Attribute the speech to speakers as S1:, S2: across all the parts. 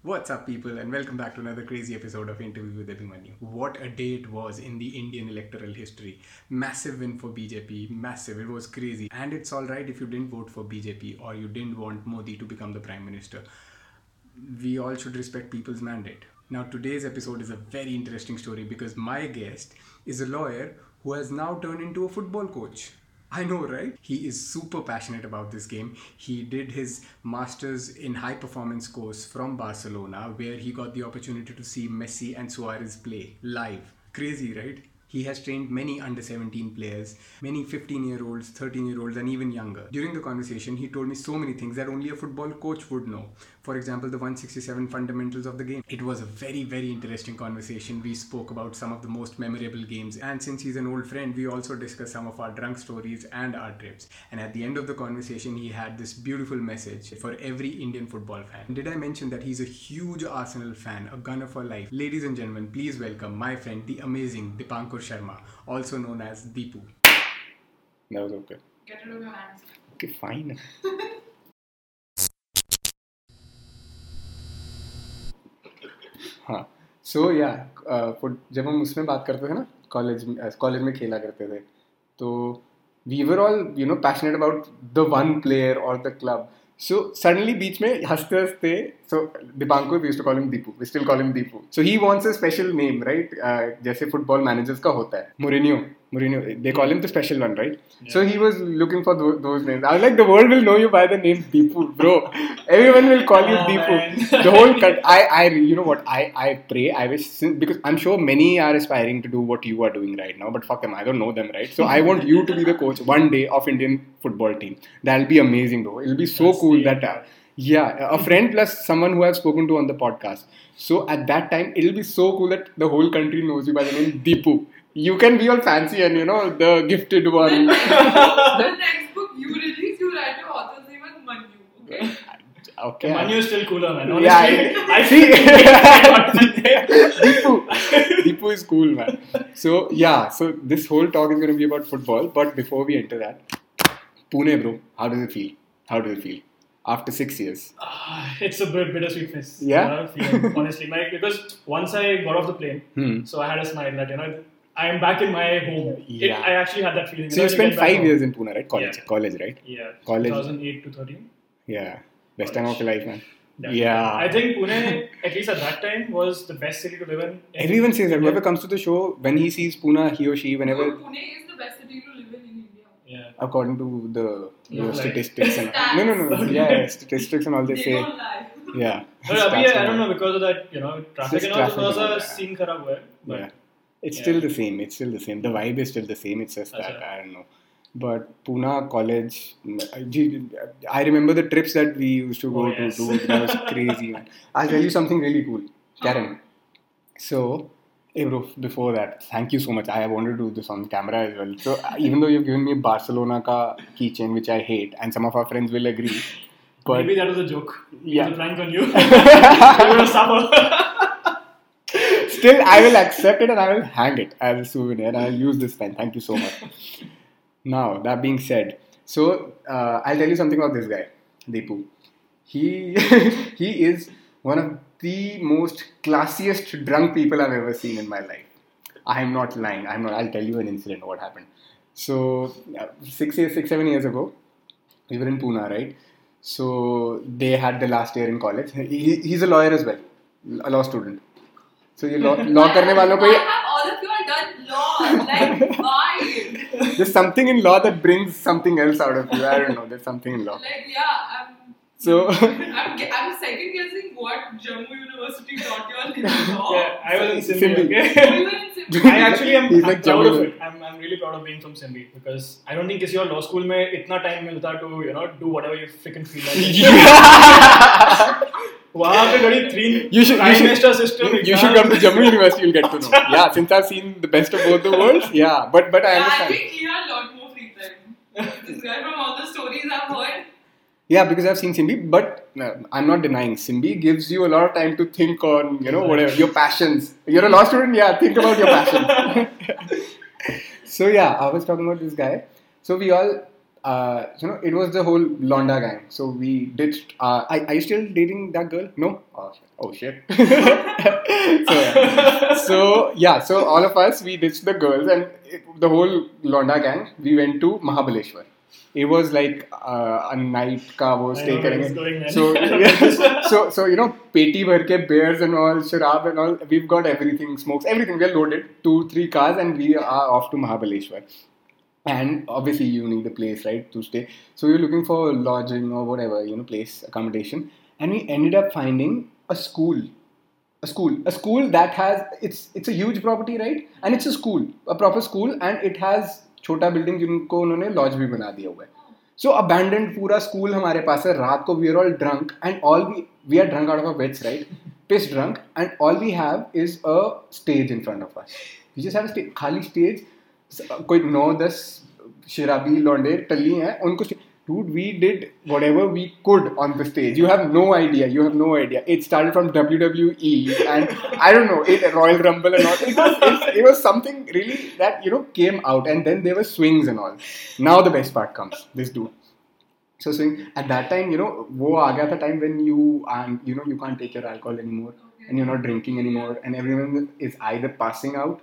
S1: What's up, people, and welcome back to another crazy episode of Interview with Abhimanyu. What a day it was in the Indian electoral history. Massive win for BJP, massive, it was crazy. And it's alright if you didn't vote for BJP or you didn't want Modi to become the Prime Minister. We all should respect people's mandate. Now, today's episode is a very interesting story because my guest is a lawyer who has now turned into a football coach. I know, right? He is super passionate about this game. He did his master's in high performance course from Barcelona, where he got the opportunity to see Messi and Suarez play live. Crazy, right? He has trained many under 17 players, many 15 year olds, 13 year olds, and even younger. During the conversation, he told me so many things that only a football coach would know. For example, the 167 fundamentals of the game. It was a very, very interesting conversation. We spoke about some of the most memorable games, and since he's an old friend, we also discussed some of our drunk stories and our trips. And at the end of the conversation, he had this beautiful message for every Indian football fan. Did I mention that he's a huge Arsenal fan, a gunner for life? Ladies and gentlemen, please welcome my friend, the amazing Dipankar Sharma, also known as Deepu.
S2: That was okay.
S3: Get rid of your hands.
S2: Okay, fine. हाँ सो या जब हम उसमें बात करते थे ना college में कॉलेज में खेला करते थे तो we were all you know passionate about the one player और द क्लब सो सडनली बीच में हंसते हंसते so Deepanko we to call him Deepu we still call him Deepu so he wants a special name right Uh, जैसे football managers का होता है Mourinho Mourinho they call him the special one right so he was looking for those names I like the world will know you by the name Deepu bro everyone will call you
S4: Oh,
S2: Deepu
S4: man.
S2: The whole cut I I you know what I I pray I wish because I am sure many are aspiring to do what you are doing right now but fuck them I don't know them right so I want you to be the coach one day of Indian football team that will be amazing bro it will be so
S4: That's
S2: cool
S4: the-
S2: that uh, yeah a friend plus someone who i've spoken to on the podcast so at that time it'll be so cool that the whole country knows you by the name deepu you can be all fancy and you know the gifted one
S3: the next book you release, you write your author's name as Manu.
S2: okay
S3: Okay?
S4: Manu is still cooler, man. Honestly,
S2: Yeah, I-
S4: I
S2: see?
S4: think
S2: deepu deepu is cool man so yeah so this whole talk is going to be about football but before we enter that pune bro how does it feel how does it feel after six years
S4: it's a bit bittersweet miss.
S2: Yeah?
S4: uh, feeling, honestly, my, because once I got off the plane,
S2: hmm.
S4: so I had a smile that you know I am back in my home. It-
S2: Yeah.
S4: I actually had that feeling.
S2: so you
S4: know,
S2: spent
S4: get back
S2: five
S4: home.
S2: years in pune right college
S4: Yeah.
S2: college right
S4: Yeah,
S2: College.
S4: 2008 to 13.
S2: Yeah, best time of your life, man.
S4: Definitely.
S2: Yeah.
S4: I think Pune, at least at that time, was the best city to live in.
S2: Everyone says that. Whoever comes to the show, when he sees Pune, he or she, whenever,
S3: Pune is the best city to live in in India.
S4: Yeah.
S2: according to the you know,
S4: Like-
S2: statistics and no, no, no, no, yeah, yeah, statistics and all they say,
S3: don't lie.
S2: yeah.
S4: But
S2: Stats
S4: abhi, I
S2: and
S4: don't
S2: all.
S4: know because of that, you know, traffic
S2: Just
S4: and all.
S2: traffic
S4: Those
S2: and all,
S4: are
S2: yeah.
S4: seen kharaab hua hai, but
S2: Yeah, it's
S4: Yeah.
S2: still the same. It's still the same. The vibe is still the same. It's just
S4: That's
S2: that
S4: right.
S2: I don't know. But Pune college, mm, gee, I remember the trips that we used to go
S4: Oh,
S2: to.
S4: yes.
S2: Do. That was crazy. Man. I'll tell you something really cool, Karen. So, hey bro, before that, thank you so much. I wanted to do this on camera as well. So, uh, even though you've given me a Barcelona ka keychain, which I hate, and some of our friends will agree, but
S4: maybe that was a joke.
S2: Yeah.
S4: It was a prank on you. you were a suffer.
S2: still, I will accept it and I will hang it as a souvenir and I'll use this pen. Thank you so much. Now, that being said, so uh, I'll tell you something about this guy, Deepu. He he is one of the most classiest drunk people I've ever seen in my life. I am not lying. I'm not. I'll tell you an incident what happened. So uh, six years, six seven years ago, we were in Pune, right? So they had the last year in college. He, he's a lawyer as well, a law student. So ये law law करने वालों को
S3: Why
S2: ये
S3: have all of you all done law? Like, why?
S2: there's something in law that brings something else out of you. I don't know. There's something in law.
S3: Like, yeah, I'm.
S2: So-
S4: Hmm.
S3: I'm, ge- I'm second guessing what Jammu University taught you all in law.
S4: yeah, I was in
S2: Simbi.
S4: Simbi.
S3: You
S4: Okay?
S3: were in Simla.
S4: I actually am
S2: He's
S4: I'm
S2: like
S4: proud
S2: Jammu
S4: of it. I'm, I'm really proud of being from Simbi because I don't think किसी और law school में इतना time मिलता to you know do whatever you freaking feel like. वहाँ पे बड़ी three
S2: You should, you
S4: prime minister
S2: should,
S4: system.
S2: you, you should come to Jammu University. You'll get to know. Yeah, since I've seen the best of both the worlds. Yeah, but but I
S3: Yeah, I
S2: understand.
S3: think he had a lot more free time. this guy, from all the stories I've heard,
S2: Yeah, because I've seen Simbi, but no, I'm not denying Simbi gives you a lot of time to think on you know whatever your passions. You're a law student. Yeah, think about your passions. so yeah, I was talking about this guy. So we all uh, you know, it was the whole Londa gang. So we ditched. Uh, are, are you still dating that girl? No. Oh, shit. Oh, shit. so, yeah. so yeah, so all of us we ditched the girls and it, the whole Londa gang. We went to Mahabaleshwar. It was like uh, a night ka wo
S4: I
S2: stay
S4: know where it's
S2: karenge.
S4: going, man.
S2: So yeah, so so you know peti bhar ke bears and all sharab and all we've got everything smokes everything we are loaded two thrry cars and we are off to Mahabaleshwar and obviously you need a place right to stay so we were looking for lodging or whatever you know place accommodation and we ended up finding a school a school a school that has it's it's a huge property right and it's a school a proper school and it has छोटा building जिनको उन्होंने laws भी बना दिया हुआ है सो abandoned पूरा school हमारे पास है रात को we are all drunk and all we we are drunk out of wits right piss drunk and all we have is a stage in front of us we just have खाली stage कोई नौ दस शराबी लौंडे टल्ली हैं उनको dude we did whatever we could on the stage you have no idea you have no idea it start from W W E and I don't know it royal rumble and all it was it was something really that you know came out and then there were swings and all now the best part comes this dude So swing at that time, you know, wo aa gaya tha time when you and you know you can't take your alcohol anymore and you're not drinking anymore and everyone is either passing out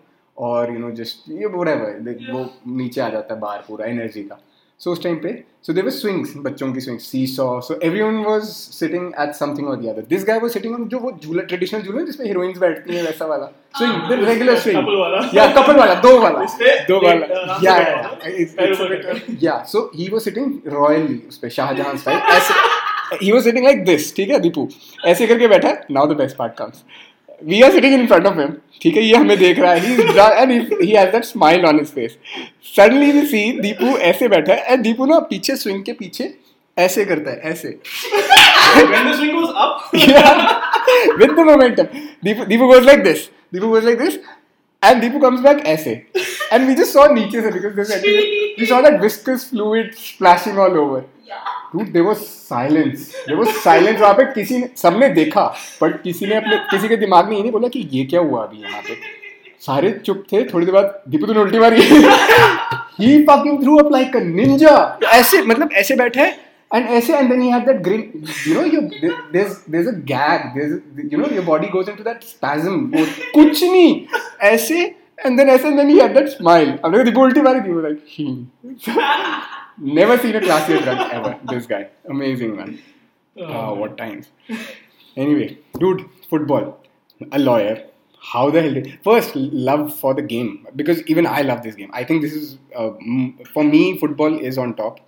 S2: or you know just ये whatever they, वो नीचे आ जाता है बाहर पूरा energy का so उस time पे सो देवर स्विंग्स बच्चों की swings C saw so everyone was sitting at something और the other this guy was sitting on जो वो झूला ट्रेडिशनल झूला है जिसमें हीरोइंस बैठती हैं वैसा वाला swing the regular swing
S4: Couple वाला।
S2: या कपल वाला दो वाला
S4: उसपे
S2: दो
S4: एक
S2: वाला
S4: आराम से
S2: या
S4: बैठा हुआ था। पैरों पर बैठा हुआ।
S2: yeah so he was sitting royally उस पे शाहजहां स्टाइल ऐसे he was sitting like this ठीक है दीपू ऐसे करके बैठा है now the best part comes we are sitting in front of him ठीक है ये हमें देख रहा है he is drunk and he, he has that smile on his face suddenly we see Deepu ऐसे बैठा है and दीपू ना पीछे swing के पीछे ऐसे करता है ऐसे
S4: when the swing goes up,
S2: yeah, with the momentum. Deepu, Deepu goes like this. Deepu goes like this. And Deepu comes back ऐसे. And we just saw नीचे से because there's actually, we saw that viscous fluid splashing all over.
S3: Yeah.
S2: Dude, there was silence. There was silence. वहाँ पे किसी ने सबने देखा but किसी ने अपने किसी के दिमाग में ये नहीं बोला कि ये क्या हुआ अभी यहाँ पे सारे चुप थे थोड़ी देर बाद दीपू तूने उल्टी मारी ही fucking threw up like a ninja ऐसे मतलब ऐसे बैठे and ऐसे and then he had that grin you know you there's there's a gag there's you know your body goes into that spasm वो कुछ नहीं ऐसे and then ऐसे and then he had that smile हमने कहा, दीपू उल्टी मारी Deepu like "Hmm." never seen a classier drunk ever this guy amazing man
S4: Oh,
S2: Ah, what times. Anyway, dude, football. A lawyer. How the hell did first love for the game? Because even I love this game. I think this is uh, m- for me. Football is on top.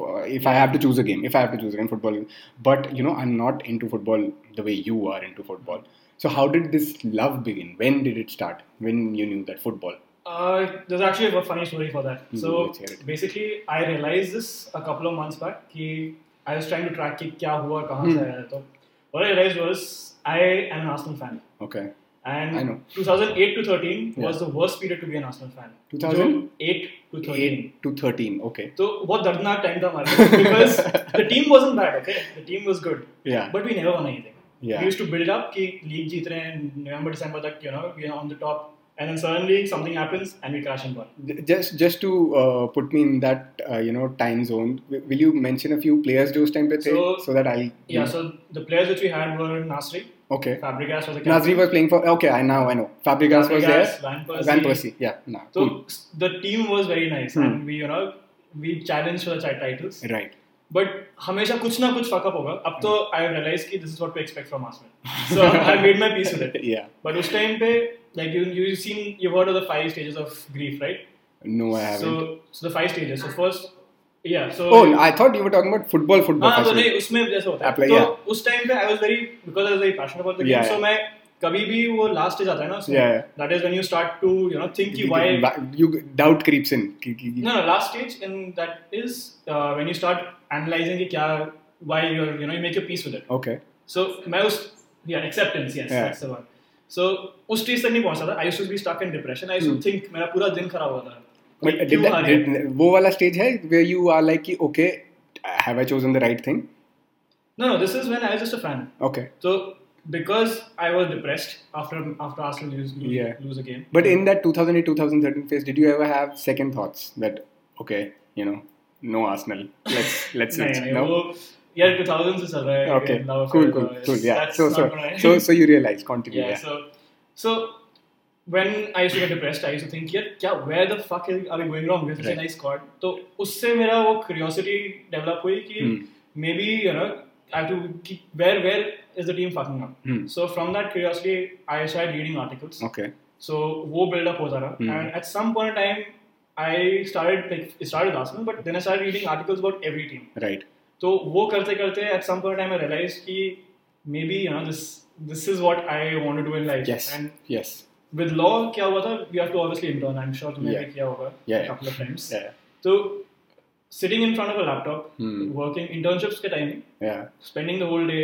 S2: For, if I have to choose a game, if I have to choose a game, football. is- But you know, I'm not into football the way you are into football. So how did this love begin? When did it start? When you knew that football?
S4: Uh, there's actually a funny story for that.
S2: Hmm,
S4: So
S2: let's hear it.
S4: basically, I realized this a couple of months back. कि I was trying to track कि क्या हुआ कहाँ से
S2: Hmm.
S4: आया तो what I realized was I am an Arsenal fan.
S2: Okay. I know.
S4: And 2008 to 13 was
S2: Yeah.
S4: the worst period to be an Arsenal fan.
S2: 2000?
S4: 2008 to 13.
S2: Eight to thirteen. Okay.
S4: तो बहुत दर्दनाक टाइम था हमारे लिए because the team wasn't bad, okay? The team was good.
S2: Yeah.
S4: But we never won anything.
S2: Yeah.
S4: We used to build up कि league जीत रहे हैं November December तक you know we are on the top and then suddenly something happens and we crash and burn.
S2: J- just just to uh, put me in that uh, you know time zone w- will you mention a few players those time pe so,
S4: So-
S2: so that i'll
S4: Yeah, so the players which we had were Nasri,
S2: okay
S4: Fabregas was a captain.
S2: Nazri was playing for okay i now i know fabregas, was there
S4: Fabregas, Van Persie.
S2: van persie yeah no
S4: So
S2: cool.
S4: s- the team was very nice
S2: Hmm.
S4: and we you know we challenged for the chi- titles.
S2: right
S4: but हमेशा कुछ ना कुछ fuckup होगा अब तो
S2: Hmm.
S4: I realise कि this is what to expect from Arsenal so I made my peace with it
S2: yeah
S4: but उस time पे like you you seen you heard of the five stages of grief right
S2: no i
S4: so
S2: haven't
S4: so the five stages so first या so
S2: oh i thought you were talking about football football
S4: हाँ तो
S2: actually.
S4: नहीं उसमें जैसे होता
S2: Apply,
S4: है तो
S2: yeah.
S4: उस टाइम पे I was very because I was very passionate about the game
S2: Yeah,
S4: so
S2: yeah.
S4: मैं कभी भी वो लास्ट स्टेज आता है ना
S2: Yeah, yeah.
S4: That is when you start to you know think कि
S2: You-
S4: why
S2: you doubt creeps in Ki- ki- ki-
S4: No, no, last stage in that is uh, when you start analyzing कि क्या why you're you know you make your peace with it.
S2: okay
S4: So मैं उस yeah acceptance yes
S2: Yeah.
S4: that's the one. So उस stage तक नहीं पहुंचा था. I used to be stuck in depression. I used to think मेरा पूरा दिन खराब हुआ था.
S2: but
S4: कि
S2: Hmm. did
S4: क्यों
S2: that,
S4: हारे?
S2: did, wo wala stage hai where you are like ki, okay have i chosen the right thing
S4: No, no, this is when I was just a fan.
S2: okay
S4: So because I was depressed after after Arsenal lose lose,
S2: Yeah.
S4: lose a game.
S2: But in that 2008 2013 phase, did you ever have second thoughts that, okay, you know, no Arsenal let's let's
S4: नहीं नहीं
S2: no
S4: वो यार 2000 से चल रहा है
S2: okay
S4: in love
S2: cool
S4: affair,
S2: cool
S4: so it's-
S2: cool yeah
S4: that's
S2: so
S4: not
S2: so
S4: gonna-
S2: so so you realize continue
S4: yeah,
S2: yeah,
S4: so so when I used to get depressed, I used to think, yeah, क्या where the fuck is, are we going wrong? We're such a
S2: Right.
S4: nice squad. तो उससे मेरा वो curiosity develop हुई कि
S2: Hmm.
S4: maybe you know I have to keep where where is the team fucking up.
S2: Hmm.
S4: So from that curiosity, I started reading articles.
S2: okay
S4: So वो build up होता रहा.
S2: Hmm.
S4: And at some point in time, I started like it started with Arsenal, but then I started reading articles about every team.
S2: right
S4: तो वो करते करते at some point in time I realized कि maybe you know this this is what I want to do in life.
S2: yes
S4: And
S2: yes
S4: with law क्या हुआ था we have to obviously intern I am sure तुमने
S2: Yeah.
S4: भी किया होगा
S2: Yeah.
S4: Couple of times
S2: yeah
S4: तो sitting in front of a laptop
S2: Hmm.
S4: Working internships के time
S2: yeah
S4: spending the whole day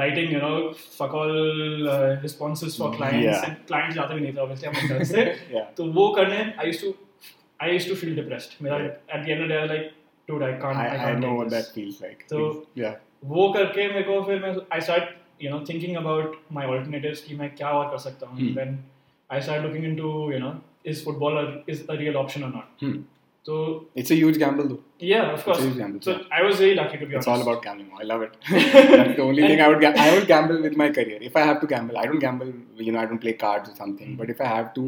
S4: writing you know fuck all responses for clients
S2: Yeah.
S4: And clients जाते भी नहीं थे obviously हम intern से
S2: yeah
S4: तो वो करने I used to I used to feel depressed मेरा
S2: Yeah.
S4: At the end of the day like dude I can't
S2: I,
S4: I
S2: I
S4: can't
S2: know what that feels like.
S4: So-
S2: yeah,
S4: वो करके मेरे को फिर मैं I start you know thinking about my alternatives कि मैं क्या और कर सकता हूँ
S2: Hmm.
S4: Then I start looking into you know is football is a real option और नॉट
S2: Hmm.
S4: तो
S2: it's a huge gamble though.
S4: या of
S2: huge gamble,
S4: course so I was very lucky to be
S2: It's all about gambling. I love it. That's the only thing I would. Ga- I would gamble with my career if I have to gamble. I don't gamble. You know, I don't play cards or
S4: Hmm.
S2: something. But if I have to,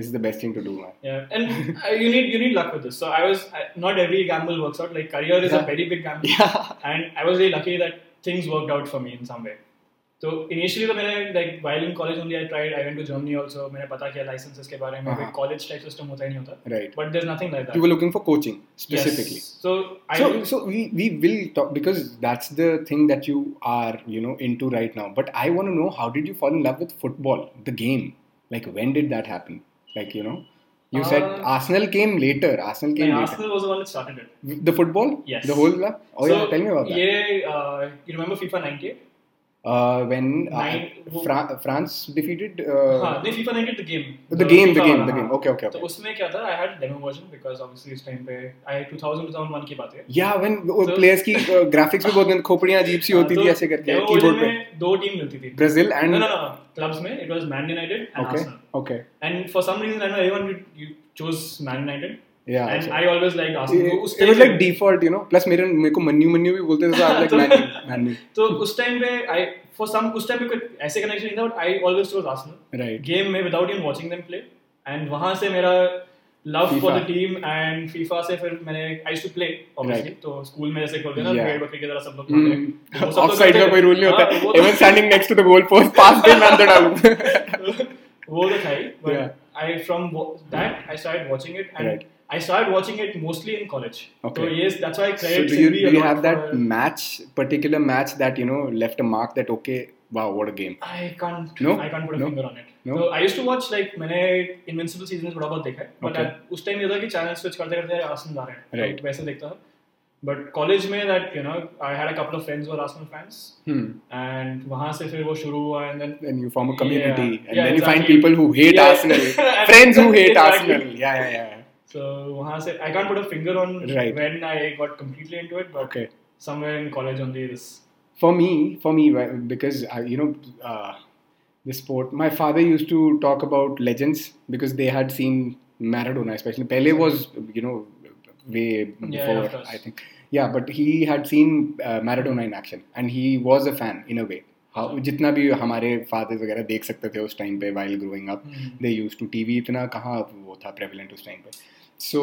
S2: this is the best thing to do. Man.
S4: Yeah, and uh, you need you need luck with this. So I was I, not every gamble works out. Like career is a
S2: Yeah.
S4: very big gamble,
S2: Yeah.
S4: and I was very lucky that things worked out for me in some way. तो initially तो मैंने like while in college only I tried I went to Germany also मैंने पता किया licenses के बारे में
S2: हाँ।
S4: कोई college type system होता ही नहीं होता
S2: Right.
S4: but there's nothing like that
S2: You were looking for coaching specifically.
S4: Yes. So I
S2: so, so we, we will talk because that's the thing that you are you know into right now but i want to know how did you fall in love with football the game like when did that happen like you know you said
S4: Uh,
S2: arsenal came later arsenal came
S4: like,
S2: later
S4: Arsenal was the one that started it.
S2: the football
S4: Yes.
S2: the whole club oh
S4: so
S2: yeah tell me about that
S4: Yeah, uh, you remember FIFA 98?
S2: uh, when uh,
S4: Nine- who-
S2: Fra- france defeated
S4: Uh,
S2: uh,
S4: हाँ, नहीं FIFA 98 the game.
S2: The game, the
S4: FIFA
S2: game,
S4: वाला,
S2: the game.
S4: हाँ.
S2: Okay, okay,
S4: तो
S2: okay.
S4: उसमें क्या था? I had demo version because obviously इस time पे I 2000 2001 की बात है.
S2: yeah when वो
S4: So-
S2: players की uh, graphics भी बहुत खोपड़ियां अजीब सी होती
S4: हाँ,
S2: थी
S4: तो
S2: ऐसे करके
S4: demo version
S2: कीबोर्ड पे
S4: में दो टीम मिलती थी.
S2: brazil and
S4: No, no, no. Clubs में it was Man United and
S2: okay
S4: Arsenal.
S2: okay
S4: And for some reason I know everyone you, you chose Man United.
S2: yeah
S4: and
S2: so-
S4: I always liked Arsenal. तो उस
S2: it
S4: time
S2: was like
S4: पे-
S2: default you know plus मेरे मेरे को मन्नू मन्नू भी बोलते थे so I like Man U Man U
S4: तो उस टाइम पे आई फॉर सम उस टाइम पे कोई ऐसे कनेक्शन नहीं था but I always was Arsenal
S2: right
S4: game में without even watching them play and वहां से मेरा love
S2: FIFA.
S4: For the team and FIFA से फिर मैंने I to play obviously
S2: Right.
S4: तो स्कूल में जैसे खेलते हैं ना
S2: Yeah.
S4: पेड़ बकरी की तरह सब लोग खेलते हैं। तो वो सब तो
S2: ऑफसाइड हम्म।
S4: खेलते
S2: का
S4: हैं।
S2: कोई रूल नहीं होता
S4: हाँ, वो
S2: इवन
S4: तो-
S2: standing next to the goal post pass दे मैं अंदर डालूं
S4: वो तो था ही
S2: Yeah.
S4: But I from that I started watching it and
S2: Right.
S4: I started watching it mostly in college
S2: Okay.
S4: तो yes that's why I
S2: so
S4: credit
S2: do you do you have that match particular match that you know left a mark that okay wow what a game
S4: I can't.
S2: No?
S4: I can't put a
S2: No?
S4: finger on it.
S2: No?
S4: So I used to watch like मैंने Invincible season थोड़ा बहुत देखा है but
S2: Okay.
S4: I- उस time ये था कि channel switch करते करते यार आसन जा रहे हैं
S2: Right.
S4: तो वैसे देखता था बट कॉलेज में that you know I had a couple of friends were Arsenal fans
S2: and
S4: and वहां से फिर वो शुरू हुआ and then
S2: you form a community
S4: Yeah.
S2: And
S4: Yeah,
S2: then you find
S4: exactly.
S2: People who hate
S4: Yeah.
S2: Arsenal
S4: And-
S2: friends who hate
S4: Exactly.
S2: Arsenal या या या
S4: so वहां से I can't put a finger on
S2: Right.
S4: When I got completely into it but
S2: okay
S4: somewhere in college only this
S2: for me for me wh- because I, you know uh, the sport my father used to talk about legends because they had seen maradona especially pele was you know way before
S4: yeah, of course.
S2: i think yeah but he had seen uh, maradona in action and he was a fan in a way how, जितना भी हमारे fathers वगैरह देख सकते थे उस time पे while growing up
S4: Hmm.
S2: They use to TV इतना कहाँ वो था प्रेवलेंट उस टाइम पे so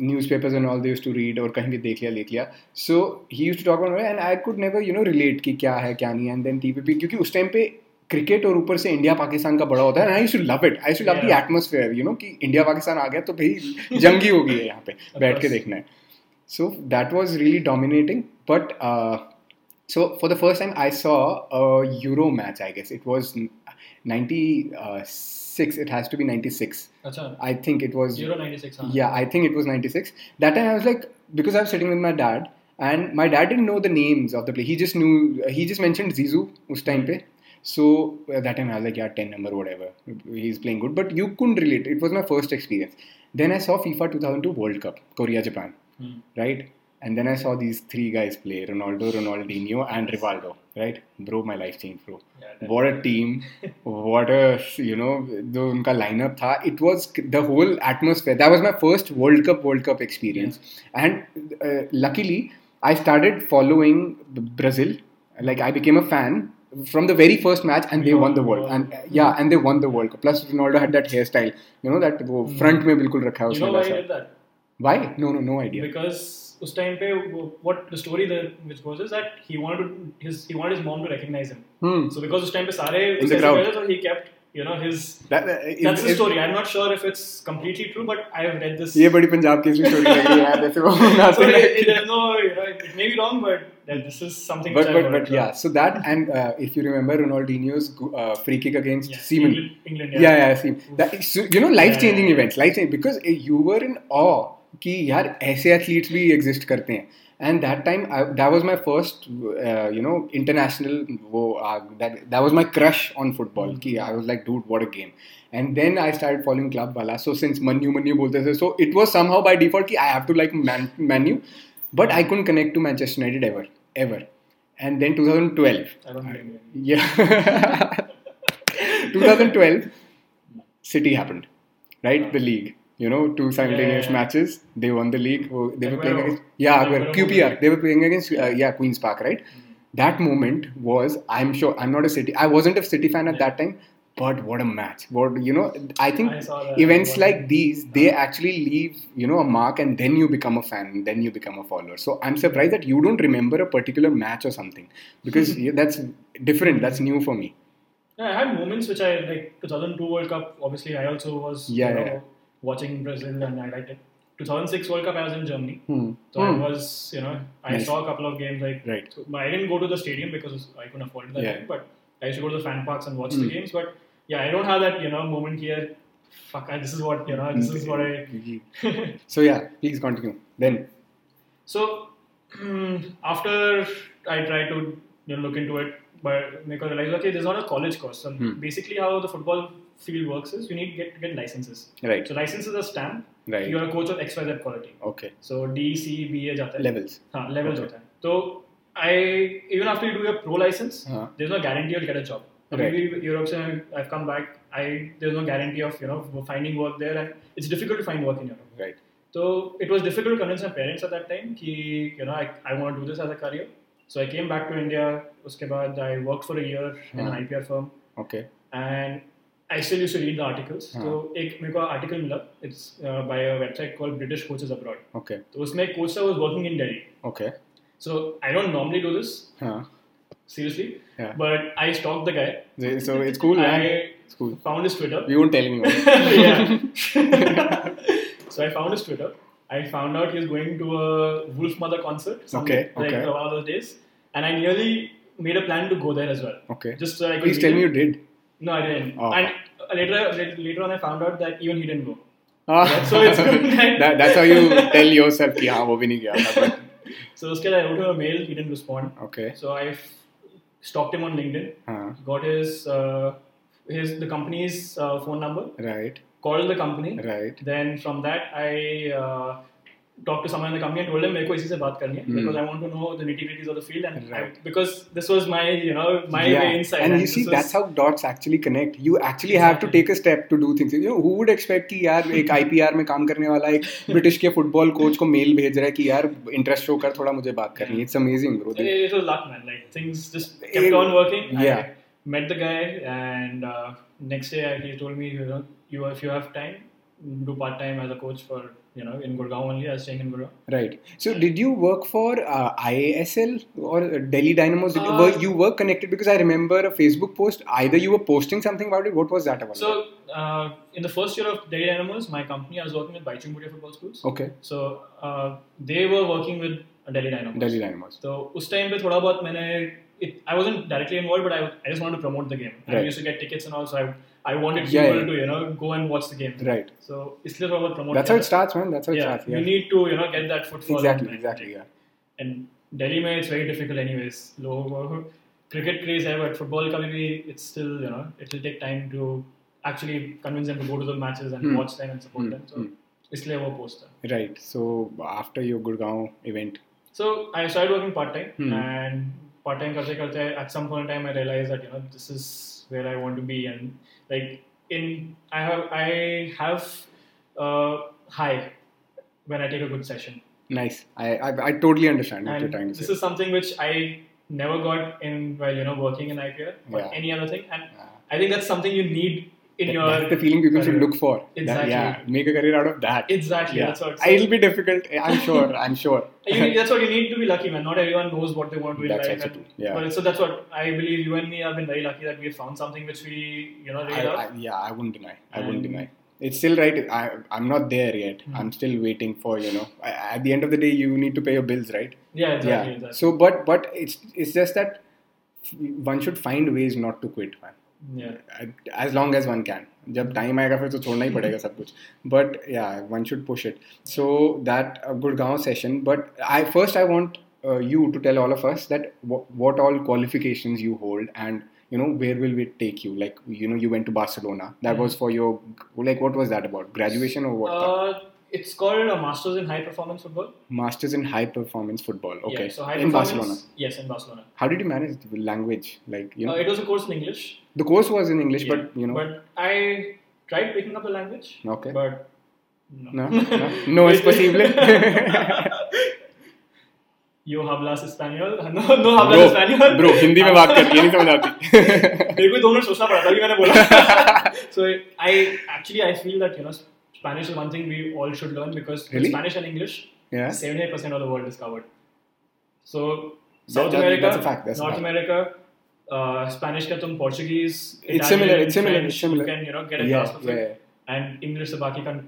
S2: newspapers and all they use to read और कहीं भी देख लिया लिख लिया so he use to talk on and I could never you know relate कि क्या है क्या नहीं एंड देन टीवी पे क्योंकि उस टाइम पे क्रिकेट और ऊपर से इंडिया पाकिस्तान का बड़ा होता है I use to love it I use to love the
S4: Yeah.
S2: Atmosphere you know कि इंडिया पाकिस्तान आ गया तो भाई जंग ही हो गई है यहाँ पे बैठ के
S4: course.
S2: देखना है so that was really dominating but so for the first time I saw Euro match I guess it was ninety uh, six it has to be ninety six
S4: अच्छा
S2: I think it was.
S4: 096 हाँ
S2: Yeah, I think it was 96. That time I was like, because I was sitting with my dad, and my dad didn't know the names of the play. He just knew, he just mentioned Zizou us time pe. So uh, that time I was like, yeah, 10 number, whatever. He's playing good. But you couldn't relate. It was my first experience. Then I saw FIFA 2002 World Cup, Korea, Japan,
S4: Hmm.
S2: right? And then I saw these three guys play Ronaldo, Ronaldinho, and Rivaldo, right? Bro, my life changed, bro.
S4: Yeah,
S2: what a team what a you know जो उनका lineup था it was the whole atmosphere that was my first World Cup World Cup experience and luckily I started following Brazil like I became a fan From the very first match, and they
S4: Yeah,
S2: won the world,
S4: yeah.
S2: and uh, yeah, and they won the world. Cup. Plus, Ronaldo had that hairstyle, you know, that वो front में बिल्कुल रखा है
S4: Mm. you
S2: उसने
S4: know why I
S2: वैसा.
S4: did that?
S2: Why? No, no, no idea.
S4: Because उस time पे वो- what the story that which goes is that he wanted to his he wanted his mom to recognize him.
S2: Hmm.
S4: So because उस time पे सारे
S2: In the crowd.
S4: so he kept you know his
S2: That, uh, it-
S4: that's the
S2: it-
S4: story. I'm not sure if it's completely true, but I have read this.
S2: ये बड़ी पंजाब की story लग रही है यार, जैसे वो नाचने
S4: So it,
S2: लगे.
S4: it, there's no, you know, it may be wrong, but that this is something.
S2: But
S4: which I
S2: but
S4: wanted
S2: but
S4: to-
S2: yeah, so that and uh, if you remember Ronaldinho's go- uh, free kick against
S4: Yeah,
S2: Seaman.
S4: England, England,
S2: Yeah, yeah, Seaman. That, so, you know, life changing
S4: Yeah.
S2: events, life changing because uh, you were in awe कि यार ऐसे athletes भी exist करते हैं and that time that was my first you know international वो uh, that was my crush on football कि I was like dude what a game and then I start following club वाला so since Man U Man U बोलते थे so it was somehow by default कि I have to like Man U but I couldn't connect to Manchester United ever ever and then 2012
S4: I don't blame you.
S2: yeah 2012 city happened right the league you know two simultaneous
S4: yeah, yeah.
S2: matches they won the league Oh, they were playing
S4: Aguero.
S2: against yeah Aguero.
S4: Aguero.
S2: qpr they were playing against uh, yeah queens park right
S4: Mm-hmm.
S2: that moment was i'm sure i'm not a city i wasn't a city fan at
S4: Yeah.
S2: that time but what a match what you know i think
S4: I saw that. Uh-huh.
S2: events like these they actually leave you know a mark and then you become a fan and then you become a follower so i'm surprised that you don't remember a particular match or something because you- that's different that's new for me
S4: Yeah, I had moments which I like 2002 World Cup. Obviously, I also was
S2: Yeah,
S4: you know,
S2: yeah.
S4: watching Brazil and I liked it. 2006 World Cup, I was in Germany,
S2: hmm.
S4: so
S2: Hmm.
S4: I was you know I
S2: Nice.
S4: saw a couple of games like
S2: right
S4: So, I didn't go to the stadium because I couldn't afford it that
S2: Yeah.
S4: time. But I used to go to the fan parks and watch
S2: Mm.
S4: the games. But yeah, I don't have that you know moment here. Fuck, I, this is what you know. This is what I.
S2: so yeah please continue then
S4: So after I tried to you know, look into it, but make I realize okay, there's not a college course. So
S2: Hmm.
S4: basically, how the football field works is you need to get get licenses.
S2: right
S4: So license is a stamp.
S2: Right.
S4: You're a coach of XYZ quality.
S2: okay
S4: So D, E, C, B, A जाता है.
S2: levels
S4: हाँ levels
S2: Okay.
S4: होते हैं तो I even after you do your pro licence
S2: हाँ.
S4: There is no guarantee you will get a job
S2: Right.
S4: अभी Europe से I have come back I there is no guarantee of you know finding work there and it's difficult to find work in Europe
S2: right
S4: तो it was difficult to convince my parents at that time कि you know I I want to do this as a career so I came back to India उसके बाद I work for a year in an
S2: हाँ.
S4: IPR firm
S2: okay
S4: and I still used to read the articles
S2: हाँ.
S4: तो एक मेरे को article मिला uh, it's by a website called British coaches abroad
S2: okay
S4: तो उसमें एक कोच था was working in Delhi
S2: okay
S4: So I don't normally do this
S2: huh.
S4: seriously,
S2: Yeah.
S4: but I stalked the guy.
S2: so it's cool man
S4: I
S2: it's cool
S4: found his Twitter.
S2: you won't tell anyone
S4: yeah. so I found his Twitter. I found out he's going to a Wolf Mother concert. some-
S2: Okay,
S4: Like
S2: okay.
S4: one of those days, and I nearly made a plan to go there as well.
S2: okay
S4: Just so I could.
S2: please
S4: meet
S2: tell me you
S4: him.
S2: did
S4: No, I didn't.
S2: Oh.
S4: And uh, later, later, later on, I found out that even he didn't go.
S2: Ah.
S4: So it's good that-
S2: That- that's how you tell yourself कि हाँ वो भी नहीं गया था but-
S4: So उसके लिए I wrote him a mail. He didn't respond.
S2: okay Uh-huh.
S4: So I f- stalked him on LinkedIn.
S2: हाँ
S4: got his uh, his the company's uh, phone number,
S2: right
S4: called the company.
S2: right
S4: Then from that I uh, talked to someone in the company and told him मेरे को इसी से बात करनी है
S2: Hmm.
S4: because I want to know the nitty gritties of the field and I-
S2: Right.
S4: because this was my you know my way inside
S2: and you see
S4: this
S2: that's
S4: was,
S2: how dots actually connect you actually have to take a step to do things you know who would expect कि यार एक IPR में काम करने वाला एक British के football coach को मेल भेज रहा है कि यार इंटरेस्ट शो कर थोड़ा मुझे बात करनी it's amazing bro
S4: it, it was luck man like things just kept
S2: It-
S4: on working
S2: yeah.
S4: I met the guy and uh, next day I, he told me you know you if you have time do part time as a coach for you know in Gurgaon only I was staying in Gurgaon
S2: right so did you work for uh, IASL or Delhi Dynamos did you,
S4: Uh,
S2: were, you were connected because I remember a Facebook post either you were posting something about it what was that about
S4: So, uh, in the first year of Delhi Animals, my company, I was working with Baichung Bhutia Football Schools.
S2: okay
S4: So, uh, they were working with Delhi Dynamos.
S2: Delhi Dynamos
S4: So, उस time पे थोड़ा बहुत मैंने it, I wasn't directly involved, but I, I just wanted to promote the game. I
S2: Right.
S4: used to get tickets and all, so I, I wanted
S2: Yeah,
S4: people
S2: yeah.
S4: to, you know, go and watch the game.
S2: right
S4: So, इसलिए थोड़ा बहुत promote
S2: that's how
S4: किया
S2: it starts man that's how
S4: था.
S2: it
S4: yeah,
S2: starts yeah.
S4: you need to, you know, get that footfall.
S2: exactly
S4: and-
S2: exactly yeah
S4: And Delhi में it's very difficult anyways. लोगों को cricket craze है, but football कभी भी it's still, you know, it will take time to actually convince them to go to the matches and
S2: Hmm.
S4: watch them and support
S2: Hmm,
S4: them. So
S2: hmm.
S4: इसलिए वो post था.
S2: Right. So after your Gurgaon event,
S4: So I started working part time,
S2: Hmm.
S4: and part time करते करते at some point in time I realized that you know this is where I want to be, and like in I have I have uh, high when I take a good session,
S2: Nice. I, I, I totally understand what you're
S4: and
S2: trying to
S4: this
S2: say.
S4: is something which I never got in while you know working in IPR or
S2: Yeah.
S4: any other thing, and
S2: Yeah.
S4: I think that's something you need in
S2: That-
S4: your
S2: that's the feeling people should
S4: career.
S2: look for. That-
S4: Exactly.
S2: yeah, make a career out of that.
S4: Exactly,
S2: Yeah.
S4: that's what. so-
S2: It'll be difficult. I'm sure. I'm sure.
S4: you need, that's what you need to be lucky, man. Not everyone knows what they want to do in
S2: That's
S4: life.
S2: also
S4: and-
S2: true. Yeah.
S4: But so that's what I believe. You and me have been very lucky that we have found something which we, you know, really
S2: I,
S4: love.
S2: I, yeah, I wouldn't deny. I wouldn't
S4: And-
S2: deny. It's still right. I, I'm not there yet.
S4: Hmm.
S2: I'm still waiting for you know. I- At the end of the day, you need to pay your bills, right?
S4: yeah, exactly.
S2: yeah.
S4: exactly.
S2: So, but but it's it's just that one should find ways not to quit, man.
S4: yeah.
S2: as long as one can जब time आएगा फिर तो छोड़ना
S4: Hmm.
S2: ही पड़ेगा सब कुछ but yeah one should push it so that Gurgaon session but I first I want you to tell all of us that what all qualifications you hold and you know where will it take you like you know you went to Barcelona that was for your like what was that about graduation और what
S4: Hmm. Uh, it's called a Masters in High Performance Football.
S2: Masters in high performance football
S4: Yeah,
S2: okay
S4: so high
S2: in
S4: performance-
S2: Barcelona
S4: Yes, in Barcelona.
S2: How did you manage the language like you
S4: Uh,
S2: no
S4: it was a course in English.
S2: The course was in English
S4: Yeah,
S2: but you know
S4: But I tried picking up the language.
S2: Okay
S4: But no.
S2: No, no, no es posible.
S4: Yo hablas español? No, no hablas
S2: bro
S4: español.
S2: Bro Hindi में बात करती है नहीं समझ आती
S4: मेरे को दोनों सोचना पड़ा था कि मैंने बोला so I actually I feel that you know Spanish is one thing we all should learn because
S2: Really?
S4: Spanish and English
S2: Yeah.
S4: 78% of the world is covered so
S2: That-
S4: south
S2: that-
S4: America
S2: that's a fact, that's a
S4: north
S2: fact.
S4: America Spanish का तुम Portuguese
S2: similar, it's similar, it's similar.
S4: You can you know get a
S2: Yeah,
S4: grasp of
S2: yeah.
S4: and English the Baki can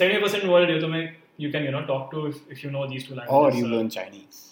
S4: seventy percent world you तुम्हें you can you know talk to if, if you know these two
S2: Or
S4: languages.
S2: you
S4: So
S2: learn Chinese.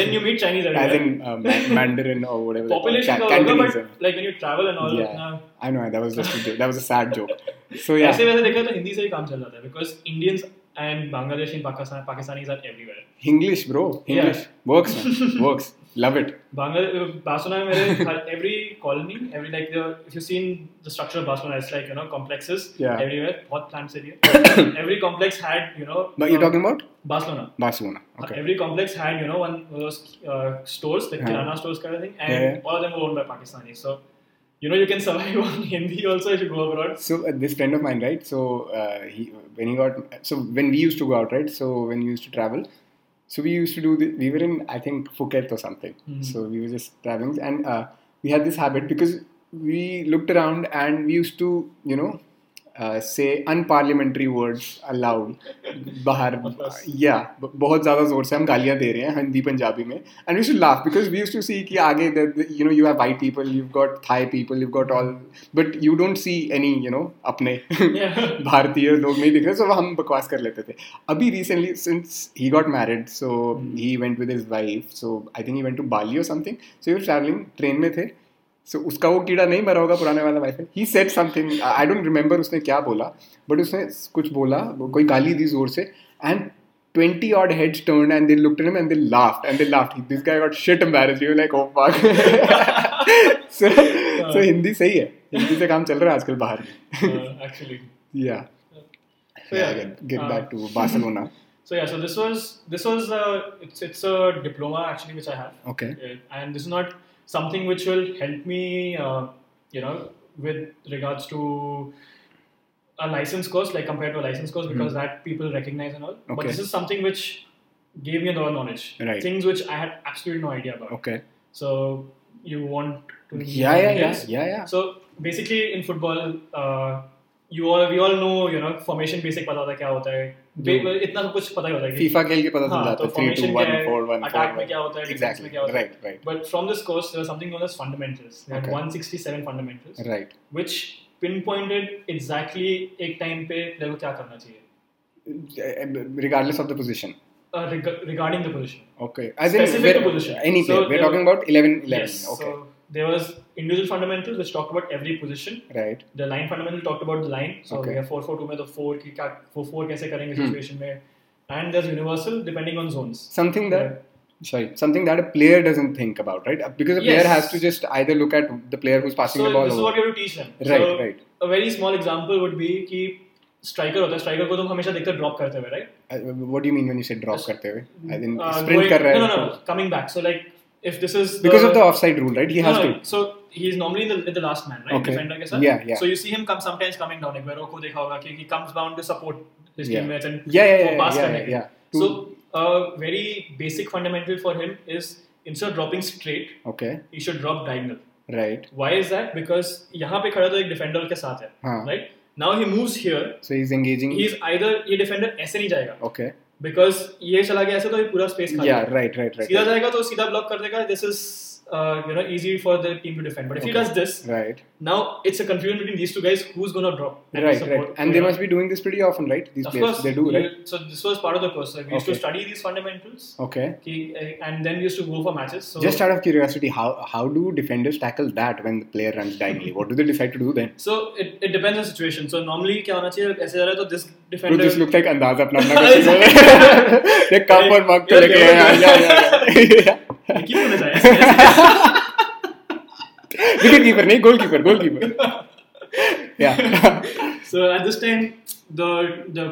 S4: Then you meet Chinese
S2: As
S4: everywhere.
S2: in uh, Ma- Mandarin or whatever. they call it.
S4: Population
S2: Ca-
S4: का होगा
S2: Cantonese.
S4: but like when you travel and all
S2: Yeah.
S4: अपना-
S2: I know, that was just a joke. That was a sad joke. So,
S4: ऐसे
S2: yeah.
S4: वैसे देखा तो हिंदी से ही काम चल जाता है because Indians and Bangladesh in Pakistan Pakistanis are everywhere
S2: English, bro.
S4: Yeah.
S2: English. Works, man. Works. Love it.
S4: Bangladesh Barcelona uh, में मेरे every colony every like if you seen the structure of Barcelona it's like you know complexes
S2: Yeah.
S4: Everywhere बहुत plants area every complex had you know
S2: But you're talking about
S4: Barcelona
S2: Barcelona. Okay.
S4: uh, Every complex had, you know, one of those uh, stores, the
S2: Yeah.
S4: Kirana stores kind of thing, and
S2: Yeah, yeah.
S4: all of them were owned by Pakistanis. So, you know, you can survive on Hindi also if you go abroad.
S2: So uh, this friend of mine, right? So uh, he when he got so when we used to go out, right? So when we used to travel, so we used to do the, we were in I think Phuket or something.
S4: Mhm.
S2: So we were just traveling, and uh, we had this habit because we looked around and we used to you know uh, say unparliamentary words aloud. बाहर
S4: Of course.
S2: या बहुत ज़्यादा जोर से हम गालियाँ दे रहे हैं हिंदी पंजाबी में and we should laugh because we use to see कि आगे you know you have white people you got Thai people you got all but you don't see any you know अपने
S4: Yeah.
S2: भारतीय लोग नहीं दिख रहे सो हम बकवास कर लेते थे अभी recently since he got married so
S4: Hmm.
S2: He went with his wife so I think he went to Bali और something so you travelling train में थे सो उसका वो कीड़ा नहीं मरा होगा पुराने वाला wife he set something I don't remember उसने क्या बोला बट उसने कुछ बोला वो कोई गाली दी जोर से and 20 odd heads turned and they looked at him and they laughed and they laughed. He- This guy got shit embarrassed. You were like, oh fuck. so, so Hindi सही है हिंदी से काम चल रहा है आजकल बाहर
S4: Uh, actually.
S2: yeah.
S4: So,
S2: yeah,
S4: yeah.
S2: get, get
S4: uh,
S2: back to Barcelona.
S4: So yeah, so this was this was uh, it's it's a diploma actually which I have,
S2: okay.
S4: Uh, and this is not something which will help me, uh, you know, with regards to a license course like compared to a license course because that people recognize and all. But
S2: Hmm. Okay.
S4: this is something which gave me a lot of knowledge,
S2: Right.
S4: things which I had absolutely no idea about.
S2: Okay.
S4: So you want to
S2: Yeah, yeah, yeah,
S4: Yes.
S2: yeah, yeah.
S4: So basically in football, uh, you all we all know you know formation basic पता होता है क्या होता है
S2: Hmm.
S4: बे- इतना सब कुछ पता ही होता है कि-
S2: FIFA खेल के पता चल
S4: हाँ,
S2: जाता
S4: तो
S2: है थ्री टू
S4: formation
S2: वन
S4: क्या है,
S2: फोर वन
S4: attack में क्या होता है, defense में
S2: एग्जैक्टली
S4: क्या होता है.
S2: Right right
S4: But from this course, there was something known as fundamentals. They
S2: Okay.
S4: had 167 fundamentals,
S2: right
S4: which pinpointed exactly एक time पे तेरे को क्या करना चाहिए
S2: regardless of the position
S4: uh, reg- regarding the position.
S2: okay as in
S4: Specific
S2: we're-
S4: to position.
S2: any
S4: So
S2: player we're
S4: there-
S2: talking about 11 11
S4: Yes.
S2: okay
S4: So there was individual fundamentals which talked about every position.
S2: right
S4: The line fundamental talked about the line. So
S2: Okay.
S4: we have 4 4 2 में तो 4 की क्या 4 4 कैसे करेंगे
S2: Hmm.
S4: Situation में and there's universal depending on zones.
S2: something that sorry something that a player doesn't think about right Uh, because a player
S4: Yes.
S2: has to just either look at the player who's passing
S4: so
S2: the ball
S4: this is
S2: over.
S4: what you have to teach them.
S2: right
S4: so
S2: right
S4: A very small example would be कि striker होता है striker को तुम हमेशा देखते drop करते हुए right
S2: uh, what do you mean when you say drop करते हुए? I mean, Hmm, sprint कर रहा
S4: no
S2: है.
S4: uh, no no coming back so like if this is
S2: Because of the offside rule, right? He
S4: no,
S2: has
S4: no,
S2: to.
S4: so he's normally in the, the last man right
S2: Okay.
S4: defender के साथ
S2: Yeah, yeah.
S4: so you see him come sometimes coming down Aguero को देखा होगा कि he comes down to support his
S2: Yeah.
S4: teammates and
S2: Yeah, yeah,
S4: वो
S2: yeah,
S4: pass
S2: yeah,
S4: करने
S2: yeah,
S4: के लिए.
S2: yeah. To-
S4: so a very basic fundamental for him is instead of dropping straight
S2: Okay,
S4: he should drop diagonal
S2: right.
S4: why is that because यहाँ पे खड़ा तो एक defender के साथ है
S2: हाँ.
S4: right now he moves here
S2: So he's engaging.
S4: he's either ये defender ऐसे नहीं जाएगा
S2: okay.
S4: बिकॉज ये चला गया ऐसे तो ये पूरा स्पेस खाली
S2: Yeah,
S4: है।
S2: right, right, right.
S4: सीधा
S2: right.
S4: जाएगा तो सीधा ब्लॉक कर देगा uh, this is you know easy for the team to defend but if he
S2: Okay.
S4: Does this
S2: Right,
S4: now it's a confusion between these two guys who is gonna drop
S2: right, right. And they must be doing this pretty often, right? These
S4: of
S2: players,
S4: course
S2: they do,
S4: you-
S2: right?
S4: so this was part of the course like, we used to
S2: Okay.
S4: study these fundamentals
S2: Okay.
S4: कि and then we used to go for matches so
S2: Just out of curiosity, how how do defenders tackle that when the player runs diagonally? What do they decide to do then?
S4: so it it depends on situation so normally क्या होना चाहिए ऐसे जा रहा है तो this
S2: Dude,
S4: defender
S2: this looks like Andaz अपना अपना करते हुए। ये कप और मग तो
S4: Yeah,
S2: लेके
S4: yeah,
S2: आया,
S4: yeah.
S2: yeah, yeah, yeah.
S4: ये क्यों होना चाहिए
S2: Wicketkeeper, नहीं goalkeeper, goalkeeper. Yeah.
S4: So at this time, the the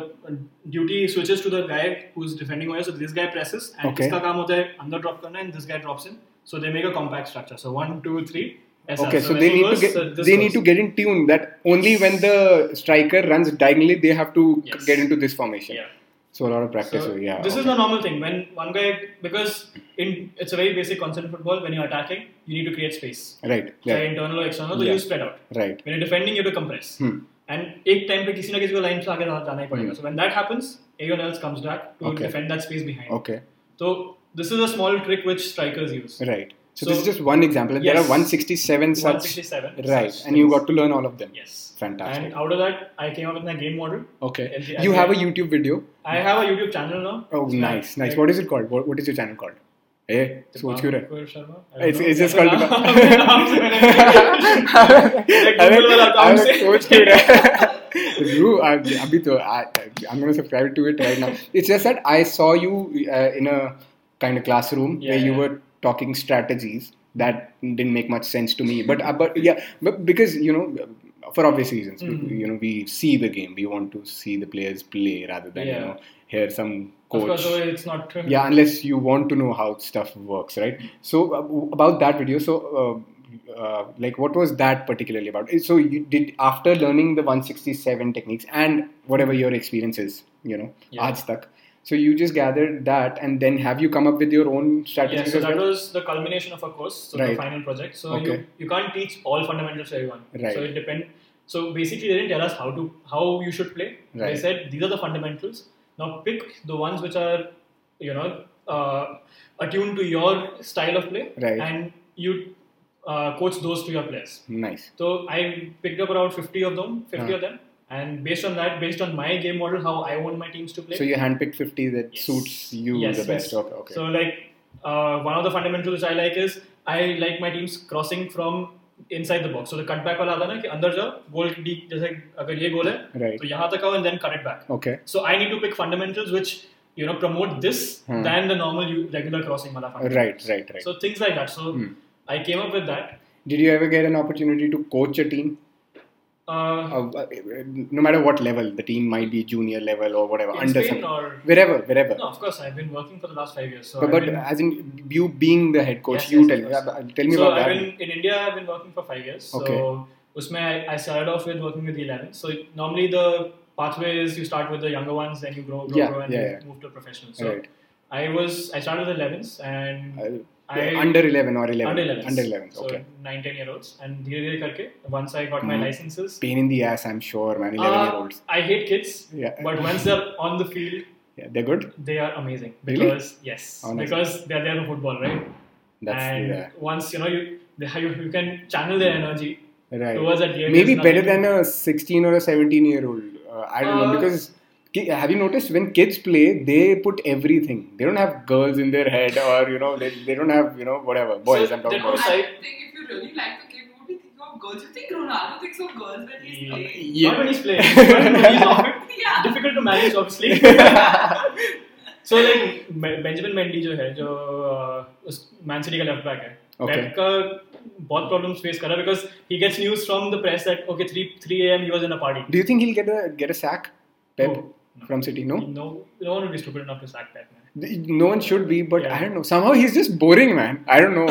S4: duty switches to the guy who's defending OS. So this guy presses, and
S2: Okay.
S4: इसका काम होता है अंदर drop करना, and this guy drops in. So they make a compact structure. So one, two, three. ऐसा.
S2: Okay, so
S4: when
S2: they
S4: he
S2: need to
S4: goes,
S2: get
S4: so this
S2: they
S4: goes.
S2: need to get in tune that only when the striker runs diagonally they have to
S4: Yes.
S2: get into this formation.
S4: Yeah.
S2: So a lot of practice.
S4: So
S2: yeah.
S4: this is
S2: okay.
S4: the normal thing when one guy because in it's a very basic concept in football. When you're attacking, you need to create space.
S2: right.
S4: Right.
S2: Right.
S4: internal or external, so
S2: Yeah.
S4: you spread out.
S2: Right.
S4: When you're defending, you have to compress.
S2: Hmm.
S4: And एक time पे किसी ना किसी को line से आगे जाना ही पड़ेगा.
S2: Hmm.
S4: So when that happens, everyone else comes back to
S2: Okay.
S4: defend that space behind.
S2: Okay.
S4: So this is a small trick which strikers use.
S2: Right. So,
S4: So-
S2: this is just one example. and There are
S4: Yes.
S2: 167 such.
S4: 167.
S2: Right.
S4: such
S2: And you
S4: things.
S2: got to learn all of them.
S4: Yes.
S2: Fantastic. Oh.
S4: And out of that, I came up with my game model.
S2: Okay.
S4: And the-
S2: You
S4: and
S2: have a
S4: the-
S2: YouTube video.
S4: I have a YouTube channel now.
S2: Oh,
S4: It's my-
S2: nice, nice.
S4: like,
S2: What is it called? What, what is your channel called? Eh, Hey,
S4: Dipak
S2: Soch kyun rahe?
S4: Kaur Uh, Sharma? I don't
S2: It's,
S4: know.
S2: it's just
S4: ऐसा
S2: called.
S4: नाम- नाम से मैंने नहीं-
S2: अरे
S4: Google वाला
S2: I'm
S4: account से।
S2: सोच क्यों रहा Roo, I, अभी तो I, I'm going to subscribe to it right now. It's just that I saw you uh, in a kind of classroom
S4: Yeah,
S2: where you
S4: yeah.
S2: were talking strategies that didn't make much sense to me. But uh, but yeah, but because you know. For obvious reasons,
S4: Mm.
S2: you know, we see the game. We want to see the players play rather than you
S4: Yeah.
S2: know hear some
S4: Of
S2: coach
S4: course, so it's not true.
S2: yeah unless you want to know how stuff works right so uh, w- about that video so uh, uh, like what was that particularly about Eh, so you did after learning the 167 techniques and whatever your experience is you know
S4: Yeah.
S2: aaj tak so you just gathered that and then have you come up with your own
S4: Yeah,
S2: strategies
S4: so
S2: as
S4: that
S2: well
S4: was the culmination of a course, so
S2: Right.
S4: the final project. So
S2: Okay.
S4: you, you can't teach all fundamentals to everyone.
S2: Right.
S4: So it depend. So basically, they didn't tell us how to how you should play. They
S2: Right.
S4: said these are the fundamentals. Now pick the ones which are, you know, uh, attuned to your style of play,
S2: Right.
S4: and you uh, coach those to your players.
S2: nice
S4: So I picked up around 50 of them, 50
S2: Huh.
S4: of them, and based on that, based on my game model, how I want my teams to play.
S2: so you handpicked 50 that
S4: Yes.
S2: suits you
S4: Yes,
S2: the best
S4: yes.
S2: okay okay
S4: So like uh, one of the fundamentals which I like is I like my teams crossing from inside the box. So the cutback वाला आता है ना कि अंदर जाओ गोल की deep- जैसे अगर ये गोल है
S2: Right.
S4: तो यहाँ तक आओ and then cut it back.
S2: okay
S4: So I need to pick fundamentals which you know promote this
S2: Hmm.
S4: than the normal you, regular crossing वाला fundamental.
S2: right right right
S4: So things like that. So
S2: Hmm.
S4: I came up with that.
S2: did you ever get an opportunity to coach a team
S4: Uh,
S2: Uh, uh, no matter what level the team might be junior level or whatever
S4: in
S2: under
S4: Spain
S2: some-
S4: or
S2: wherever wherever
S4: no, of course I've been working for the last five years. So
S2: but,
S4: I've
S2: but
S4: been-
S2: as in you being the head coach
S4: Yes,
S2: you
S4: yes,
S2: tell
S4: of
S2: me
S4: course.
S2: uh, tell me
S4: so
S2: about
S4: I've
S2: that
S4: been in India. I've been working for five years.
S2: Okay.
S4: So उसमें I, I started off with working with the 11. So normally the pathway is you start with the younger ones, then you grow, grow,
S2: Yeah,
S4: grow, and
S2: yeah,
S4: you
S2: yeah.
S4: move to professional. So
S2: Right.
S4: I was I started with 11s and
S2: Uh,
S4: I
S2: under 11 or 11
S4: under 11s.
S2: under 11
S4: So
S2: okay
S4: 9, 10 year olds and धीरे धीरे करके once I got my
S2: Mhm.
S4: licenses. uh,
S2: pain in the ass i'm sure man
S4: Ah.
S2: 11 year olds
S4: I hate kids,
S2: Yeah.
S4: but once they're on the field,
S2: yeah they're good
S4: they are amazing
S2: Really? Oh,
S4: because yes,
S2: Honestly.
S4: because they're there for football, right?
S2: that's
S4: and
S2: yeah.
S4: once you know you, they, you you can channel their energy
S2: uh, right
S4: towards that year.
S2: maybe
S4: there's
S2: better
S4: nothing-
S2: than a 16 or a 17 year old uh, i don't know
S4: Uh,
S2: because ki- have you noticed when kids play they put everything they don't have girls in their head or you know they, they don't have you know whatever boys
S4: So
S2: i'm talking
S4: there
S2: about
S4: was-
S3: I
S4: Side-
S3: think if you really like the kid, what do you think of girls? You think Ronaldo thinks of girls when he's
S4: Yeah.
S3: playing?
S2: Yeah.
S4: Not when he's playing. But when he's off it,
S3: Yeah.
S4: difficult to manage obviously. so like Ben- Benjamin Mendy जो है जो uh, उस man city का left back है
S2: Okay.
S4: Pep का बहुत problems face कर रहा है because he gets news from the press that okay 3 3 am he was in a party
S2: Do you think he'll get a get a sack? Pep
S4: No, Oh, no.
S2: from City?
S4: No,
S2: No,
S4: no one would be stupid enough to sack that man.
S2: Th- no one should be, but
S4: Yeah.
S2: I don't know. Somehow he's just boring, man. I don't know.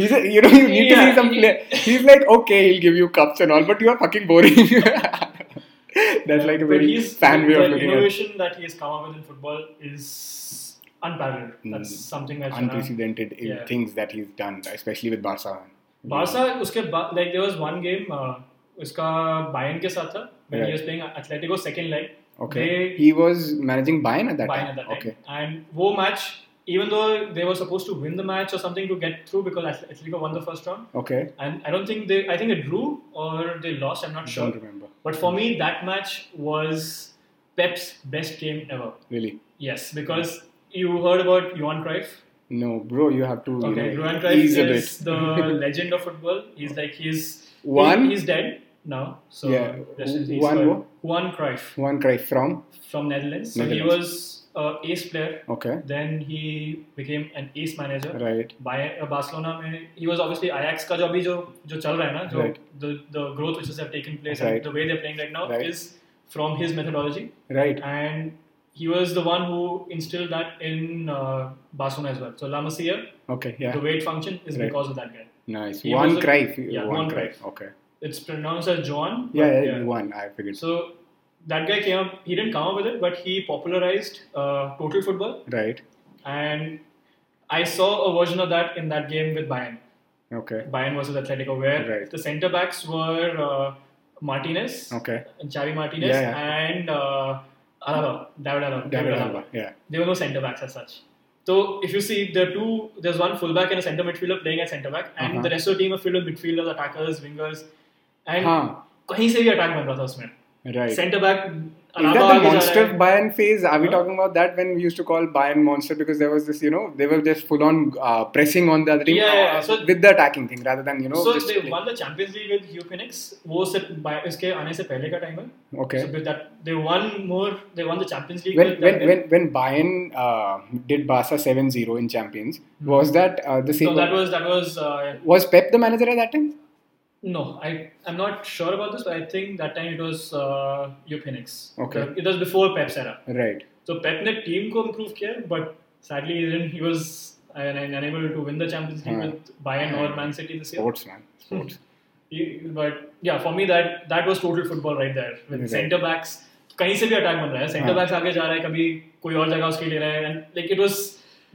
S2: He's a, you know you need to
S4: Yeah.
S2: see some play. He's like okay, he'll give you cups and all, but you are fucking boring. That's like a
S4: But
S2: very
S4: he's-
S2: fan way
S4: the
S2: of looking at
S4: innovation that he has come up with in football is unparalleled. That's
S2: Mm.
S4: something that Shana-
S2: unprecedented i-
S4: Yeah.
S2: things that he's done, especially with Barca.
S4: Barca उसके बाद like there was one game उसका Bayern के साथ था when he was playing Atletico second leg
S2: Okay,
S4: They-
S2: he was managing Bayern at that time.
S4: Bayern at that time
S2: Okay,
S4: and वो match even though they were supposed to win the match or something to get through because Atl- Atletico won the first round
S2: okay.
S4: and I don't think they I think they drew or they lost I'm not sure
S2: Don't remember
S4: but for me that match was Pep's best game ever
S2: really.
S4: yes because you heard about Johan Cruyff
S2: No, bro, you have to you
S4: Okay,
S2: know,
S4: Ruan Cruyff
S2: ease a bit.
S4: is the legend of football. He's like he's
S2: One?
S4: he- he's dead now. So
S2: Yeah,
S4: rest in peace.
S2: one
S4: But
S2: more?
S4: Juan Cruyff
S2: One cry from
S4: from Netherlands. So he was
S2: Netherlands.
S4: a ace player.
S2: okay,
S4: Then he became an ace manager.
S2: right?
S4: Bayern- uh, Barcelona में he was obviously Ajax का जो अभी जो जो चल रहा है ना जो
S2: Right.
S4: the the growth which has have taken place
S2: Right.
S4: and the way they're playing right now
S2: Right.
S4: is from his methodology
S2: Right.
S4: and he was the one who instilled that in uh, Barcelona as well. So La Masia,
S2: Okay.
S4: the
S2: Yeah.
S4: weight function is
S2: Right.
S4: because of that guy.
S2: Nice.
S4: He
S2: One
S4: was a-
S2: cry.
S4: yeah,
S2: one
S4: Juan
S2: cry.
S4: Cruyff.
S2: Okay.
S4: It's pronounced as Joan. but
S2: Yeah, yeah, One. I figured.
S4: So that guy came up. He didn't come up with it, but he popularized uh, total football,
S2: Right.
S4: and I saw a version of that in that game with Bayern.
S2: Okay.
S4: Bayern versus Atletico, where
S2: Right.
S4: the centre backs were uh, Martinez,
S2: Okay.
S4: Xavi Martinez,
S2: Yeah, yeah.
S4: and uh, Alaba, David Alaba.
S2: David Alaba. Yeah.
S4: There were no centre backs as such. So if you see there are two, there's one fullback and a centre midfielder playing as centre back, and
S2: Uh-huh.
S4: the rest of the team are filled with midfielders, attackers, wingers, and
S2: हाँ.
S4: कहीं से भी attack बन रहा था उसमें
S2: Right.
S4: Centre back
S2: Is that the monster Bayern phase? Are we talking about that when we used to call Bayern monster because there was this, you know, they were just full on uh, pressing on the other team
S4: Yeah, yeah,
S2: uh,
S4: so-
S2: with the attacking thing rather than, you know,
S4: so
S2: just
S4: they
S2: play.
S4: Won the Champions League with huge finesse वो सिर्फ by- इसके आने से पहले का time है
S2: okay.
S4: So with that they won more they won the Champions League
S2: when
S4: with
S2: when,
S4: that-
S2: when when Bayern uh, did Barca 7-0 in Champions, was that uh, the
S4: Hmm. so
S2: same?
S4: that was that was uh,
S2: was Pep the manager at that time?
S4: no I I'm not sure about this but I think that time it was uh, Hugh Phoenix
S2: Okay.
S4: it was before Pep's era
S2: Right.
S4: so Pep ने team को improve किया but sadly he didn't he was un- un- unable to win the Champions League
S2: हाँ.
S4: with Bayern or Man City this year
S2: Sportsman. Hmm. Sports.
S4: You- but yeah, for me that that was total football right there. With
S2: Right. Hmm.
S4: center backs कहीं से भी attack बन रहा है centre
S2: हाँ.
S4: Backs आगे जा रहा है कभी कोई और जगह उसकी ले रहा है and like it was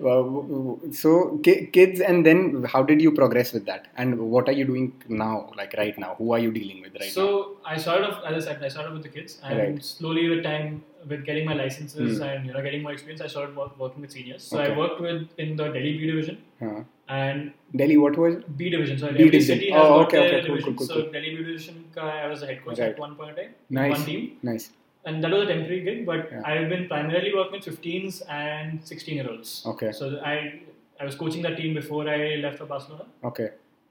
S2: Well, w- w- so ki- kids, and then how did you progress with that? And what are you doing now? Like right now, who are you dealing with right
S4: so I started off as I said I started with the kids and
S2: Right.
S4: slowly with time with getting my licenses
S2: Hmm.
S4: and you know getting more experience I started work, working with seniors so I
S2: Okay.
S4: worked with in the Delhi B division
S2: now? Huh.
S4: and
S2: Delhi, what was?
S4: B division so
S2: B
S4: every
S2: division.
S4: city has
S2: Oh,
S4: got
S2: okay,
S4: their
S2: okay, cool,
S4: division
S2: cool, cool,
S4: so
S2: cool.
S4: Delhi B division का I was a head coach
S2: Right.
S4: at one point in time
S2: Nice.
S4: one team
S2: Nice.
S4: and that was a temporary gig but
S2: Yeah.
S4: i've been primarily working with 15s and 16 year olds
S2: Okay.
S4: so i i was coaching that team before i left for barcelona
S2: Okay.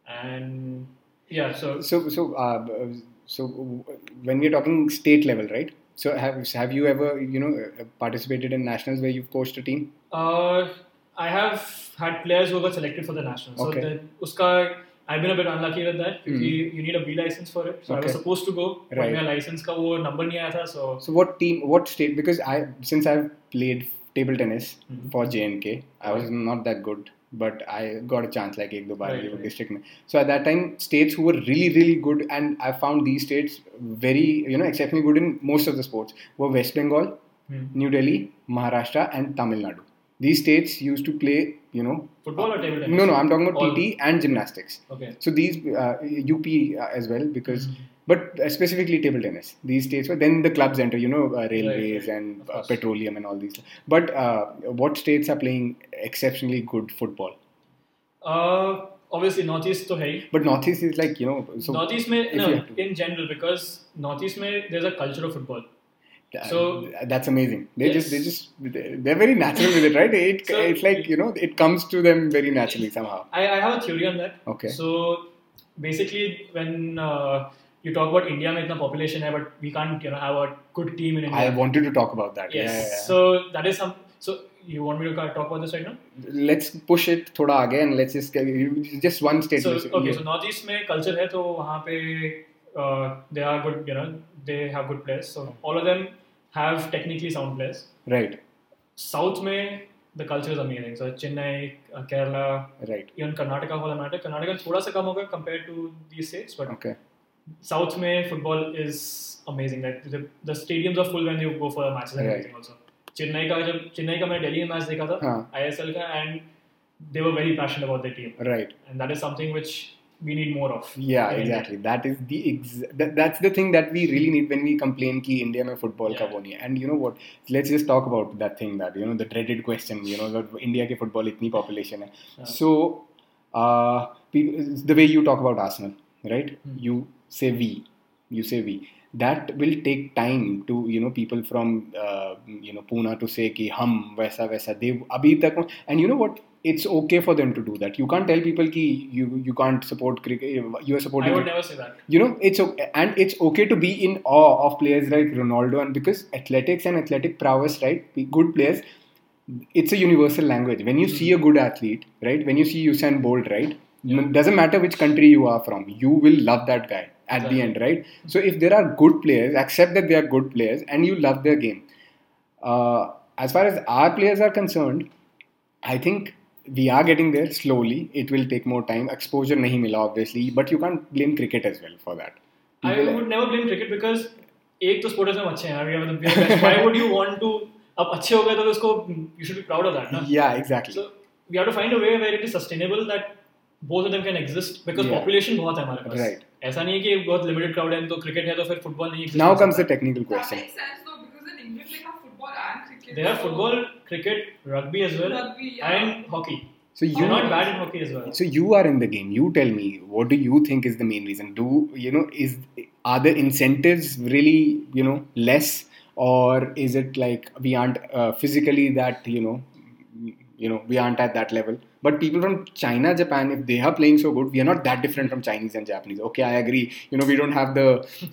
S4: and yeah so
S2: So so uh, b- so w- when we're talking state level, right? So have have you ever you know uh, participated in nationals where you've coached a team?
S4: uh, i have had players who got selected for the national so
S2: Okay. Hmm.
S4: the, uska i've been a bit unlucky with that mm. you, you need a b license for it so i was
S2: Okay.
S4: supposed to go but
S2: Right.
S4: my license ka wo number nahi aaya tha so
S2: So what team? What state? Because I since I've played table tennis
S4: Mhm.
S2: for JNK, I was not that good, but I got a chance like ek do baar
S4: Right,
S2: right,
S4: right.
S2: district. Mein. So at that time, states who were really really good, and I found these states very you know exceptionally good in most of the sports were West Bengal,
S4: Hmm.
S2: New Delhi, Maharashtra, and Tamil Nadu. These states used to play you know.
S4: football or table tennis
S2: No, no, I'm talking about
S4: All-
S2: TT and gymnastics.
S4: okay
S2: So these uh, UP as well because,
S4: Mm-hmm.
S2: but uh, specifically table tennis. These states were then the clubs enter. You know, uh, railways
S4: right.
S2: and uh,
S4: Of course.
S2: petroleum and all these. But uh, what states are playing exceptionally good football?
S4: uh, obviously तो northeast to hai hi.
S2: But northeast is like you know. So
S4: Northeast में
S2: if
S4: no
S2: you have to-
S4: in general because Northeast में there's a culture of football
S2: uh,
S4: so-
S2: that's amazing. They just they
S4: Yes.
S2: just they're very natural with it, right? It
S4: So-
S2: it's like you know it comes to them very naturally somehow.
S4: I, I have a theory on that
S2: Okay.
S4: so basically when uh, you talk about India में इतना population है but we can't you know have a good team in India
S2: I wanted to talk about that.
S4: yes
S2: Yeah, yeah, yeah.
S4: so that is some so you want me to ca- talk about this right now
S2: let's push it thoda aage and let's just get, just one state.
S4: so
S2: let's-
S4: okay so Northeast में culture है तो वहाँ पे uh, they are good you know they have good players so all of them have technically sound players.
S2: Right,
S4: South में the culture is amazing. So Chennai, uh, Kerala,
S2: right.
S4: even Karnataka for that matter. Karnataka थोड़ा सा कम होगा compared to these states, but
S2: Okay.
S4: South में football is amazing. Like the, the stadiums are full when you go for matches and
S2: Right.
S4: everything also. Chennai का जब चेन्नई का मैं दिल्ली में match देखा था
S2: हाँ.
S4: आईएसएल का and they were very passionate about their team
S2: Right.
S4: and that is something which we need more of.
S2: Yeah,
S4: in India.
S2: exactly. That is the ex- that, that's the thing that we really need when we complain कि India में football का
S4: Yeah.
S2: वो नहीं है. And you know what? Let's just talk about that thing that you know the dreaded question. You know that India के football इतनी population है.
S4: Yeah.
S2: So uh, people, the way you talk about Arsenal, right?
S4: Hmm.
S2: You say we, you say we. That will take time to you know people from uh, you know Pune to say कि हम वैसा वैसा they अभी तक and you know what? It's okay for them to do that. You can't tell people कि you you can't support cricket. You are
S4: I
S2: supporting.
S4: would never say that.
S2: you know it's okay and it's okay to be in awe of players like ronaldo and because athletics and athletic prowess right good players it's a universal language when you see a good athlete right when you see usain bolt right
S4: Yeah.
S2: doesn't matter which country you are from you will love that guy at the
S4: Exactly.
S2: end right so if there are good players accept that they are good players and you love their game uh, as far as our players are concerned I think we are getting there slowly. It will take more time. Exposure nahi mila obviously, but you can't blame cricket as well for that.
S4: I
S2: People-
S4: would never blame cricket because एक तो sports में अच्छे हैं we have the best. Why would you want to अब अच्छे हो गए तो उसको you should be proud of that ना.
S2: yeah, exactly.
S4: So we have to find a way where it is sustainable that both of them can exist because
S2: Yeah.
S4: population बहुत है हमारे पास.
S2: Right.
S4: ऐसा नहीं है कि बहुत limited crowd है तो cricket है तो फिर football नहीं exist
S2: now
S4: कर
S2: comes the
S4: सकता.
S2: technical
S3: That
S2: question.
S3: makes sense though because in England they have football and cricket.
S4: There are
S3: so-
S4: football, cricket, rugby as well,
S3: Rugby, yeah.
S4: and hockey.
S2: So
S4: You're
S2: you
S4: not bad in hockey as well.
S2: so you are in the game. You tell me what do you think is the main reason? Do you know is are the incentives really you know less or is it like we aren't uh, physically that you know you know we aren't at that level but people from china japan if they are playing so good we are not that different from chinese and japanese okay i agree you know we don't have the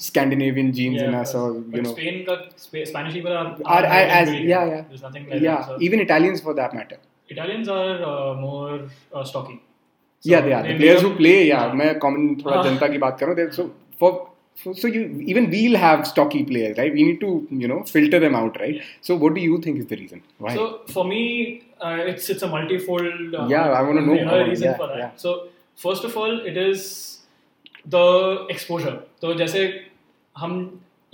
S2: scandinavian genes in
S4: of
S2: us
S4: course.
S2: or you
S4: But
S2: know
S4: Spain का Sp- Spanish people are,
S2: Are- I-
S4: very
S2: as-
S4: good.
S2: yeah, yeah.
S4: There's nothing like
S2: yeah
S4: that. So
S2: even italians for that matter
S4: Italians are uh, more uh, stocky. So
S2: yeah they are the
S4: make
S2: players
S4: up-
S2: who play yeah
S4: Yeah.
S2: मैं common थोड़ा
S4: हाँ.
S2: जनता की बात कर रहा हूँ so for so, so you even we'll have stocky players right we need to you know filter them out right so what do you think is the reason why
S4: So for me, uh, it's it's a multifold. Uh,
S2: Yeah, I wanna know
S4: you
S2: more.
S4: reason
S2: Yeah,
S4: for that.
S2: yeah.
S4: So first of all, it is the exposure. So जैसे हम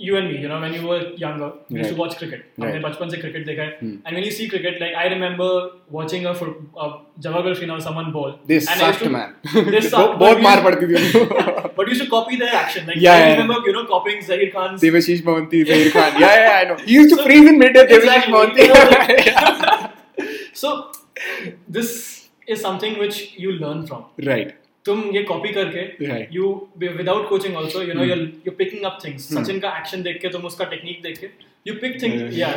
S4: you and me, you know, when you were younger, we used
S2: Right.
S4: to watch cricket. हमने
S2: Right.
S4: बचपन से cricket देखा है.
S2: Hmm.
S4: And when you see cricket, like I remember watching a, foot- a Jawaharlal Srinath someone bowl.
S2: this
S4: and I
S2: sucked
S4: used to-
S2: man
S4: This
S2: बहु-
S4: sucked, but
S2: बहुत
S4: we
S2: मार
S4: used-
S2: पड़ती थी उनको।
S4: But you should copy their action. Like
S2: Yeah,
S4: I
S2: yeah,
S4: remember, you know, copying Zahir Khan's
S2: Debashish Mohanty Zaheer Khan yeah yeah I know he used to freeze in mid-air Debashish
S4: Exactly.
S2: Mohanty
S4: so this is something which you learn from
S2: right
S4: तुम ये copy करके
S2: Right.
S4: You without coaching also you know
S2: Hmm.
S4: You you picking up things Sachin का action देख के तुम उसका technique देख के यू पिक थिंग या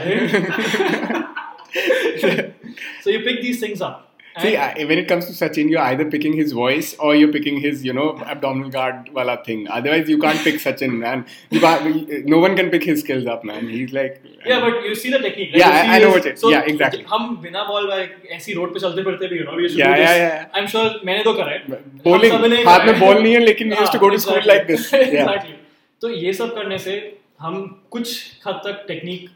S4: so you pick these things up
S2: See, I, when it comes to Sachin, you're either picking his voice or you're picking his, you know, abdominal guard wala thing. Otherwise, you can't pick Sachin, man. You can't, no one can pick his skills up, man. He's like,
S4: या but you see the technique
S2: Yeah, I- I know what it- yeah, exactly.
S4: हम बिना ball ऐसी road पे चलते फिरते भी you know we should
S2: Yeah,
S4: do
S2: yeah,
S4: this
S2: yeah.
S4: I am sure मैंने तो करा है
S2: bowling,
S4: हम सब ने
S2: हाथ
S4: करा
S2: में
S4: है।
S2: बॉल नहीं है लेकिन we used to go to school
S4: Exactly.
S2: like this. Yeah.
S4: Exactly. तो ये सब करने से हम कुछ हद तक टेक्निक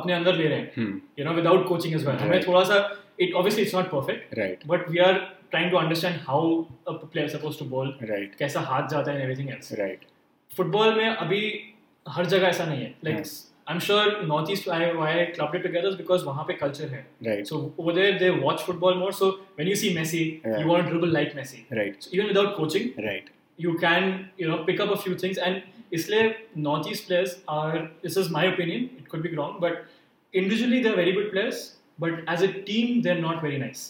S4: अपने अंदर ले रहे हैं
S2: Hmm.
S4: You know without coaching as well हमें
S2: Right.
S4: थोड़ा सा it obviously it's not perfect
S2: Right,
S4: but we are trying to understand how a player suppose to ball
S2: right,
S4: कैसा हाथ जाता है एवरीथिंग एल्स
S2: right.
S4: फुटबॉल में अभी हर जगह ऐसा नहीं है like I am sure north east I I club together because वहाँ पे कल्चर है
S2: Right.
S4: So over there they watch football more so when you see Messi
S2: Yeah.
S4: You want dribble like Messi
S2: Right,
S4: even without coaching
S2: right.
S4: you can you know pick up a few things and इसलिए northeast players are this is my opinion it could be wrong but individually they're very good players but as a team they're not very nice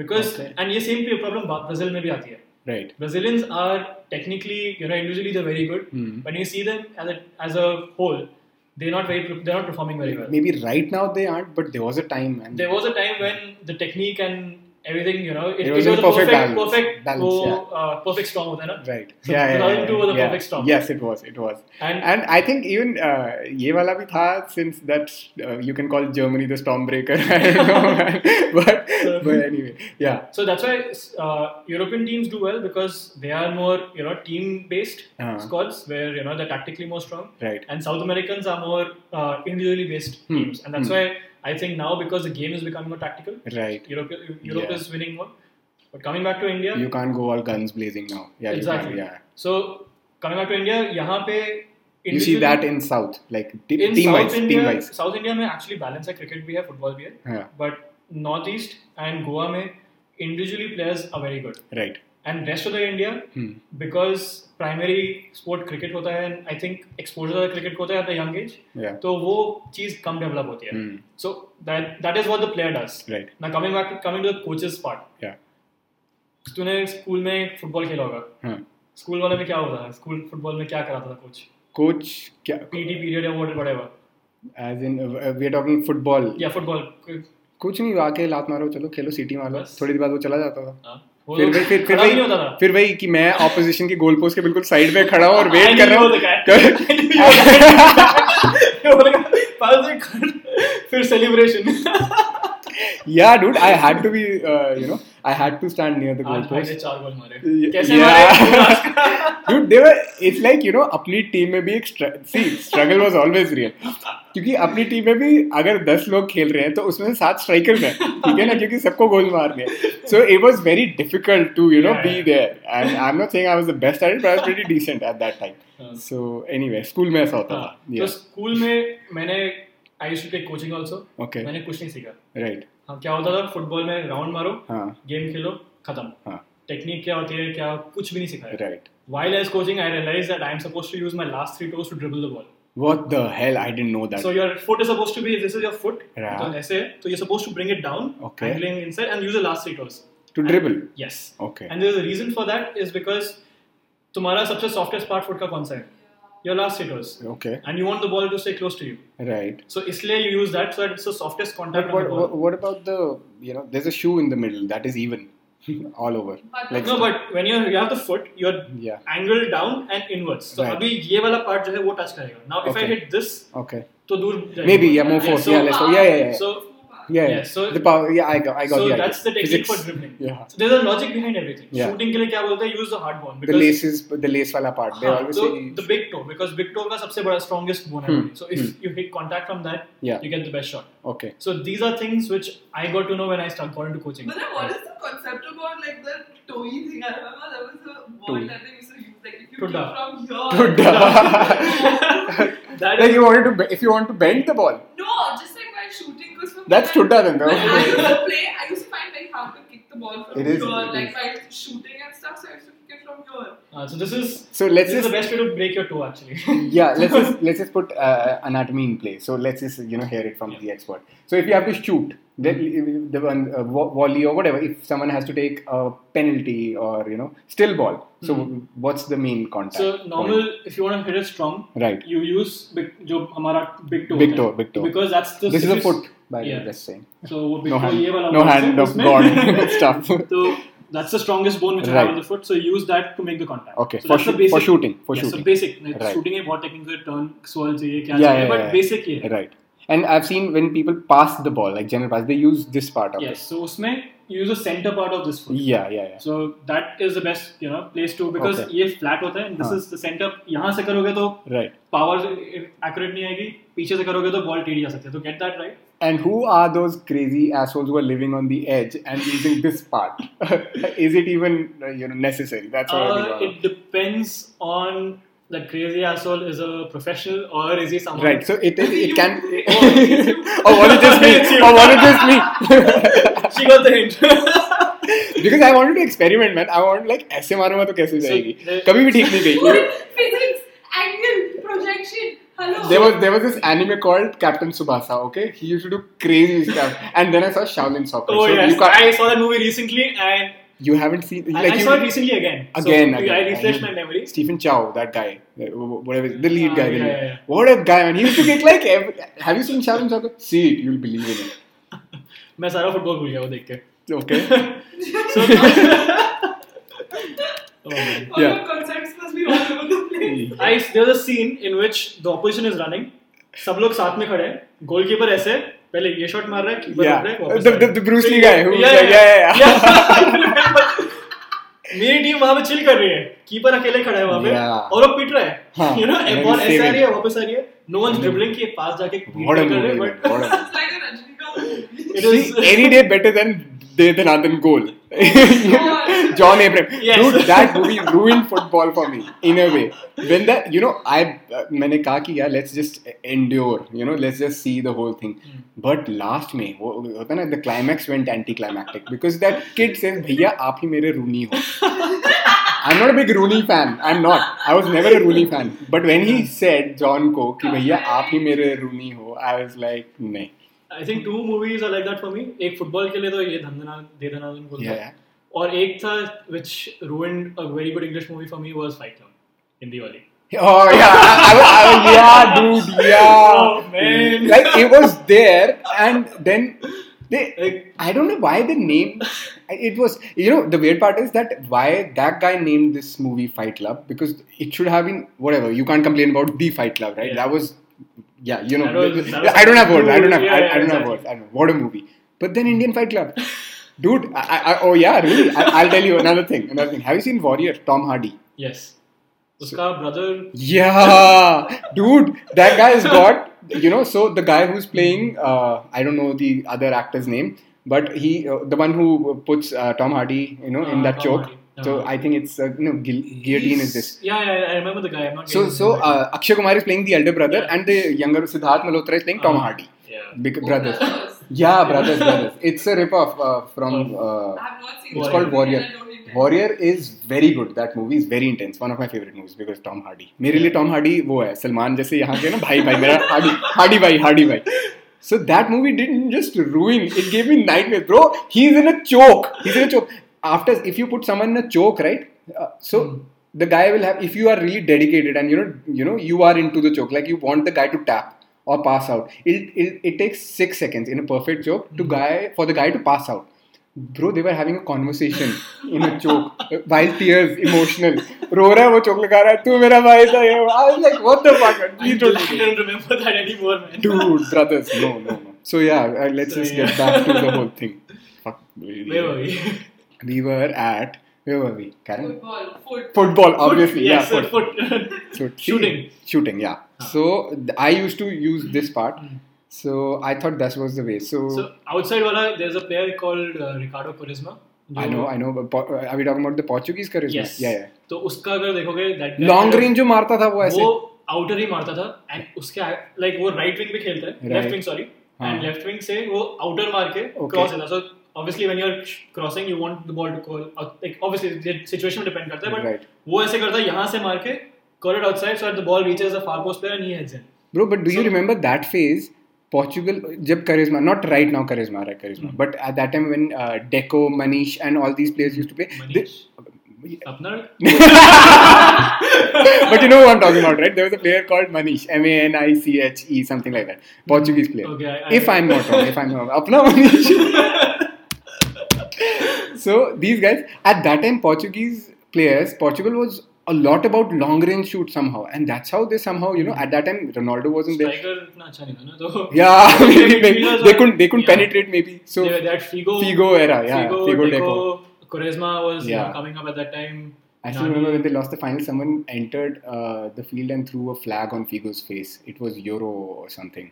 S4: because
S2: Okay.
S4: and ये same problem बा- brazil में भी आती है
S2: Right.
S4: brazilians are technically you know individually they're very good
S2: Hmm.
S4: when you see them as a as a whole they're not very they're
S2: Hmm.
S4: not performing very well
S2: Maybe right now they aren't, but there was a time, man.
S4: there was a time when the technique and everything you know it,
S2: It was
S4: it
S2: a perfect
S4: perfect
S2: balance.
S4: perfect,
S2: Balance,
S4: wo,
S2: yeah.
S4: uh, perfect storm होता है ना
S2: right
S4: So, 2002 was a perfect storm.
S2: yes it was it was
S4: and
S2: and i think even uh, ye wala bhi tha since that uh, you can call germany the storm breaker i don't know man. but but anyway yeah
S4: so that's why uh, European teams do well because they are more you know team based
S2: Uh-huh.
S4: squads where you know they're tactically more strong
S2: right
S4: and South Americans are more uh, individually based
S2: Hmm.
S4: teams and that's why I think now because the game is becoming more tactical
S2: right
S4: Europe Europe
S2: Yeah.
S4: is winning more but coming back to India
S2: you can't go all guns blazing now yeah
S4: Exactly.
S2: you can't, yeah
S4: So coming back to India, यहाँ पे
S2: you see that in south like te-
S4: in
S2: team
S4: South
S2: wise
S4: India,
S2: team wise
S4: South India में actually balance है cricket भी है football भी है
S2: yeah
S4: but North East and Goa में individually players are very good
S2: right
S4: and rest of the India
S2: hmm.
S4: because primary sport cricket होता है and I think exposure ज़्यादा cricket को होता है at a young age
S2: yeah
S4: तो वो चीज़ कम develop होती है
S2: Hmm.
S4: so that that is what the player does
S2: right
S4: now coming back to, coming to the coaches part
S2: yeah
S4: तूने school में फुटबॉल खेला होगा
S2: huh.
S4: स्कूल वाले में क्या होता है स्कूल फुटबॉल में क्या कराता था E coach
S2: coach kya-
S4: PT period या vote whatever
S2: as in uh, uh, we are talking football
S4: या फुटबॉल
S2: कुछ नहीं आके लात मारो चलो खेलो सीटी मारो
S4: बस।
S2: थोड़ी देर बाद वो चला जाता था
S4: वो
S2: फिर फिर फिर फिर
S4: खड़ा भी नहीं होता
S2: वही
S4: था
S2: फिर वही कि मैं ऑपोजिशन के गोल पोस्ट के बिल्कुल साइड में खड़ा हूं और
S4: I
S2: वेट
S4: knew
S2: कर रहा
S4: you
S2: हूँ
S4: were the guy. I knew you were the guy. वो लगा, पागल से खड़ा- फिर सेलिब्रेशन
S2: या dude I had to be you know I had to stand near the goal
S4: आज भाई ने
S2: पोस्ट
S4: चार गोल मारे कैसे मारे
S2: dude they were it's like you know अपनी टीम में भी एक सी स्ट्रगल वाज ऑलवेज रियल क्योंकि अपनी टीम में भी अगर दस लोग खेल रहे हैं तो उसमें से सात स्ट्राइकर हैं ठीक है ना क्योंकि सबको गोल मारने हैं so it was very difficult to you know
S4: Yeah,
S2: be
S4: yeah.
S2: There and I am not saying I was the best at it but I was pretty decent at that time
S4: हाँ.
S2: So anyway school में ऐसा होता
S4: हाँ,
S2: था
S4: तो school में मैंने I used to take coaching also
S2: Okay.
S4: मैंने कुछ नहीं सीखा
S2: राइट
S4: हाँ क्या होता था फुटबॉल में राउंड मारो
S2: हाँ
S4: गेम खेलो खत्म
S2: हाँ
S4: टेक्निक क्या होती है क्या कुछ भी नहीं सिखाया
S2: right
S4: While I was coaching, I realized that I am supposed to use my last three toes to dribble the ball.
S2: What the hell? I didn't know that.
S4: So your foot is supposed to be this is your foot.
S2: Yeah.
S4: So ऐसे so you're supposed to bring it down,
S2: Okay.
S4: angling inside, and use the last three toes.
S2: to dribble.
S4: Yes.
S2: Okay.
S4: And there's a reason for that is because तुम्हारा सबसे softest part foot का कौन सा है? Your last three toes.
S2: Okay.
S4: And you want the ball to stay close to you.
S2: Right.
S4: So इसलिए you use that so that it's the softest contact
S2: But
S4: on
S2: what,
S4: the ball.
S2: what, what about the you know? There's a shoe in the middle that is even all over.
S3: But-
S2: Like
S4: no, but when you you have the foot, you're
S2: Yeah.
S4: angled down and inwards. So
S2: Right.
S4: अभी ये वाला part जो है वो touch करेगा. Now if I
S2: Okay.
S4: hit this,
S2: okay.
S4: तो दूर जाएगा.
S2: Maybe yeah. More force.
S4: so-
S2: yeah. Let's go. Yeah. Yeah. Yeah.
S4: So
S2: yeah,
S4: yeah, so-
S2: the power. Yeah. I got. I got
S4: so
S2: the idea.
S4: that's the technique
S2: Physics.
S4: for dribbling.
S2: Yeah.
S4: So there's a logic behind everything.
S2: Yeah.
S4: Shooting के लिए क्या बोलते हैं? Use the hard bone.
S2: The
S4: Because
S2: laces, the lace wala part. They
S4: हाँ,
S2: always
S4: so
S2: say.
S4: the big toe because big toe का सबसे बड़ा strongest bone
S2: Hmm.
S4: है. So if you hit contact from that,
S2: Yeah.
S4: you get the best shot.
S2: Okay.
S4: So these are things which I got to know when I started going to coaching.
S3: But then what is the concept about like the toy thing? I remember there was a word
S2: Toy.
S3: that they used to use, like if you
S4: Tudda.
S3: keep from here.
S4: that
S2: Like
S4: is
S2: you wanted to, be- if you want to bend the ball,
S3: No, just like my shooting was from
S2: That's
S3: here.
S2: Tudda then,
S3: But
S2: though.
S3: I used to play, I used to find very hard to kick the ball from
S2: It is,
S3: here,
S2: it
S3: like
S2: is.
S3: by shooting and stuff, so I used to kick it from here.
S4: uh, so this is
S2: So let's
S4: this
S2: just-
S4: is the best way to break your toe actually.
S2: yeah let's just let's just put uh, anatomy in play so let's just you know hear it from the expert so if you have to shoot
S4: Hmm.
S2: then the one uh, vo- volley or whatever if someone has to take a penalty or you know still ball so what's the main contact
S4: Hmm. so normal
S2: point?
S4: if you want to hit it strong,
S2: Right.
S4: You use big, जो हमारा big toe.
S2: Big
S4: होता है.
S2: toe, big toe.
S4: Because that's the
S2: this is a
S4: stiffest-
S2: foot by the
S4: Yeah.
S2: way just saying
S4: So वो big
S2: no
S4: toe ये
S2: hand
S4: वाला
S2: no
S4: bone
S2: hand
S4: से
S2: of
S4: उसमें-
S2: god stuff
S4: So that's the strongest bone which you have
S2: Right.
S4: in the foot. So you use that to make the contact.
S2: Okay,
S4: So
S2: for
S4: that's the
S2: shoot-
S4: basic-
S2: for shooting, for
S4: yeah,
S2: shooting.
S4: So basic. like,
S2: Right.
S4: Shooting में बहुत techniques है, turn, swirl चाहिए, क्या
S2: yeah, yeah,
S4: चाहिए,
S2: yeah,
S4: but
S2: yeah.
S4: basic ये है.
S2: right and i've seen when people pass the ball like general pass they use this part of
S4: Yes. So उसमें you use the center part of this
S2: it
S4: foot.
S2: yeah yeah yeah
S4: So that is the best, you know, place to because
S2: Okay.
S4: ये flat होता है. and This
S2: हाँ.
S4: is the center. यहाँ से करोगे तो
S2: right
S4: power accurate नहीं आएगी. पीछे से करोगे तो ball टेढ़ी जा सकती है. तो get that right.
S2: And who are those crazy assholes who are living on the edge and using this part? Is it even uh, you know necessary? That's what I think.
S4: Uh,
S2: about
S4: it depends on that crazy asshole is a professional or is he
S2: it.
S4: someone
S2: Right. So it it, it can.
S4: it's Oh, you.
S2: oh, was it just me? Oh,
S4: It's you.
S2: was it just
S4: she got the hint
S2: me? because I wanted to experiment, man. I want like ऐसे मारूंगा तो कैसे जाएगी?
S4: there-
S2: कभी भी ठीक नहीं गई.
S3: Foot, physics, angle, projection, hello.
S2: There was there was this anime called Captain Subasa. Okay, he used to do crazy stuff, and then I saw Shaolin Soccer.
S4: oh
S2: so
S4: yes
S2: you, can't-
S4: I saw that movie recently and
S2: you haven't seen
S4: I-
S2: like
S4: I
S2: you,
S4: saw it recently again
S2: again,
S4: so
S2: again.
S4: I refreshed
S2: mean,
S4: my memory
S2: Stephen Chow, that guy, uh, whatever, the lead
S4: Ah,
S2: guy. the
S4: yeah,
S2: lead.
S4: yeah, yeah.
S2: What a guy, man! He used to get like, every, have you seen Sharon Soccer? See it, you'll believe in it.
S4: मैं सारा football भूल गया वो देख के
S2: Okay.
S4: So now- oh man.
S3: All
S2: Yeah.
S3: your concepts must be all over the place.
S4: I there's a scene in which the opposition is running. सब लोग साथ में खड़े हैं गोलकीपर ऐसे है, पहले ये शॉट मार रहा है कीपर
S2: Yeah.
S4: रख रहा है वापस
S2: The-
S4: आ
S2: the-
S4: रहा है।
S2: the Bruce
S4: तो
S2: Lee
S4: ये-
S2: guy who-
S4: yeah,
S2: yeah, yeah, yeah.
S4: yeah. I remember. मेरी टीम वहां पे चिल कर रही है कीपर अकेले खड़ा है वहां पे
S2: Yeah.
S4: और वो पिट रहा
S2: हाँ,
S4: है you know
S2: and
S4: ball
S2: he's
S4: ऐसे आ रही
S2: saving.
S4: है वापस आ रही है नो वन ड्रिबलिंग के पास जाके beat
S2: What a
S4: कर रहे
S2: movie.
S4: हैं,
S2: man.
S4: but
S2: What a
S3: It's like a Rajnikant movie.
S4: it is
S2: See, any day better than Dedanathan goal. John Abraham.
S4: Yes.
S2: Dude, that movie ruined football for me in a way. When that, you know, I, uh, मैंने कहा कि यार let's just endure, you know, let's just see the whole thing. But last में वो होता ना the climax went anticlimactic because that kid says भैया आप ही मेरे रूनी हो. I'm not a big Rooney fan. I'm not. I was never a Rooney fan. But when he said John को कि भैया आप ही मेरे रूनी हो, I was like नहीं.
S4: I think two movies are like that for me एक football के लिए तो ये धंधना दे धना उनको
S2: Yeah, yeah.
S4: और एक था which ruined a very good english movie for me was fight club Hindi वाली
S2: Oh yeah, I, I, I, yeah, dude, yeah.
S4: Oh, man.
S2: Like it was there, and then they.
S4: Like-
S2: I don't know why the name. It was you know the weird part is that why that guy named this movie Fight Club because it should have been whatever. You can't complain about the Fight Club, right?
S4: Yeah.
S2: That was. Yeah, you know.
S4: That was- that was-
S2: I don't have words. I don't have.
S4: Yeah,
S2: I,
S4: yeah,
S2: I don't have
S4: exactly.
S2: words. I don't know. What a movie. But then Indian Fight Club. Dude, I, I, I- oh yeah, really. I, I'll tell you another thing. Another thing. Have you seen Warrior? Tom Hardy.
S4: yes उसका brother
S2: Yeah, dude, that guy has got you know. So the guy who's playing, uh, I don't know the other actor's name, but he, uh, the one who puts uh, Tom Hardy, you know, in
S4: Uh,
S2: that
S4: Tom
S2: choke.
S4: Hardy. Ah. Yeah.
S2: So I think it's uh, you know guil- guillotine is this.
S4: yeah yeah i remember the guy i'm not
S2: So
S4: getting his
S2: so
S4: name right
S2: uh, Akshay Kumar is playing the elder brother,
S4: Yeah. Oh.
S2: and the younger Siddharth Malhotra is playing Tom
S4: Uh-huh.
S2: Hardy,
S4: now. yeah
S2: big brothers.
S3: Brothers.
S2: Yeah, brothers, brothers. It's a ripoff uh, from.
S3: I
S4: Oh.
S2: Uh,
S3: have not seen
S2: it's
S3: that
S2: called
S3: movie
S2: Warrior.
S3: and I don't regret it.
S2: Warrior is very good. That movie is very intense. One of my favorite movies because Tom Hardy. मेरे लिए Tom Hardy वो है सलमान जैसे यहाँ के ना भाई भाई मेरा Hardy Hardy भाई Hardy भाई. So that movie didn't just ruin. It gave me nightmares, bro. He's in a choke. He's in a choke. After if you put someone in a choke, right? Uh, so
S3: Hmm.
S2: the guy will have. If you are really dedicated and you know you know you are into the choke, like you want the guy to tap. Or pass out. It, it, it takes six seconds in a perfect choke
S3: Hmm.
S2: to guy for the guy to pass out. Bro, they were having a conversation in a choke while tears, emotional. रो रहा है वो चोक लगा रहा है तू मेरा भाई था ये वो." I was like what the fuck man?
S4: I
S2: please
S4: don't,
S2: don't
S4: I
S2: do
S4: don't remember that anymore, man.
S2: that." dude brothers no no no so yeah uh, let's
S4: So,
S2: just
S4: yeah.
S2: get back to the whole thing fuck
S4: Where were we?
S2: we were at where were we Karen
S3: Football. Foot.
S2: football obviously yeah
S4: yes,
S2: foot.
S4: foot.
S2: So, see,
S4: Shooting. Ah.
S2: shooting yeah so th- I used to use this part so I thought that was the way so,
S4: Hmm. so outside wala, there's a player called uh, Ricardo Quaresma.
S2: I know I know but po- uh, are we talking about the Portuguese charisma
S4: Yes.
S2: yeah yeah
S4: तो उसका अगर देखोगे that guy-
S2: long range जो मारता था वो ऐसे
S4: वो आउटर ही मारता था एंड उसके लाइक वो राइट विंग पे खेलता है
S2: Right.
S4: लेफ्ट विंग सॉरी
S2: हाँ.
S4: एंड लेफ्ट विंग से वो आउटर मार के
S2: Okay.
S4: क्रॉस देता so obviously when you're crossing you want the ball to call like obviously situation depend करता है
S2: Right.
S4: but वो ऐसे करता है यहाँ से मार के call it outside so that the ball reaches the far post player and he heads in
S2: Bro, but do you
S4: So-
S2: remember that phase? Portugal, जब Quaresma not right now Quaresma right Quaresma
S4: Hmm.
S2: but at that time when uh, Deco, Manish and all these players used to play they-
S4: Manish अपना
S2: but you know what I'm talking about right there was a player called Manish M-A-N-I-C-H-E E, something like that Portuguese player
S4: Okay, I- I-
S2: if I'm not wrong if I'm not wrong अपना Manish so these guys at that time Portuguese players Portugal was a lot about long range shoot somehow and that's how they somehow you know at that time Ronaldo wasn't there
S4: striker इतना अच्छा नहीं था ना तो
S2: Yeah, maybe, maybe.
S4: midfielders
S2: they
S4: were-
S2: couldn't they couldn't
S4: yeah.
S2: penetrate maybe. So
S4: they were that Figo
S2: Figo era, yeah,
S4: Figo,
S2: Figo,
S4: Deco, Quaresma was you know,
S2: Yeah.
S4: coming up at that time
S2: I still remember when they lost the final. Someone entered uh, the field and threw a flag on Figo's face. It was Euro or something.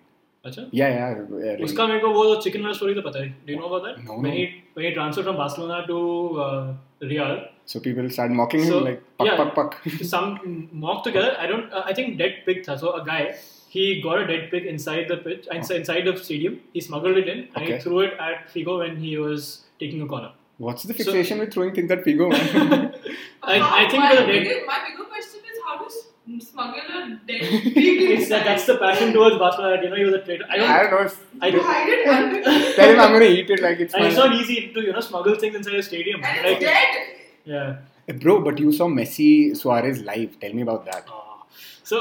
S4: अच्छा
S2: Yeah, yeah. yeah,
S4: उसका मेरे को वो जो chicken वाला story तो पता है do you know about that
S2: No,
S4: when
S2: no.
S4: He when he transfer from Barcelona to uh, Real
S2: So people started mocking
S4: So,
S2: him like puck,
S4: yeah.
S2: puck, puck.
S4: Some mock together I don't I think dead pig था so a guy he got a dead pig inside the pitch inside, inside the stadium he smuggled it in and he
S2: Oh. Okay.
S4: threw it at Figo when he was taking a corner
S2: What's the fixation with throwing things at Figo? man?
S4: I,
S3: How-
S4: I think
S3: my,
S4: it was a dead
S3: bigger, my bigger question is how to s- smuggle a dead pig
S4: it's that, that's the passion towards Barcelona that, you know he was a traitor I don't
S2: I don't know.
S4: I
S3: You
S4: don't
S3: hide it under
S2: Tell him I'm gonna eat it like it's
S4: And it's
S2: my-
S4: not easy to you know smuggle things inside a stadium.
S3: and
S4: Like,
S3: it's dead.
S4: yeah.
S2: Bro, but you saw Messi, Suarez live. Tell me about that.
S4: Ah. So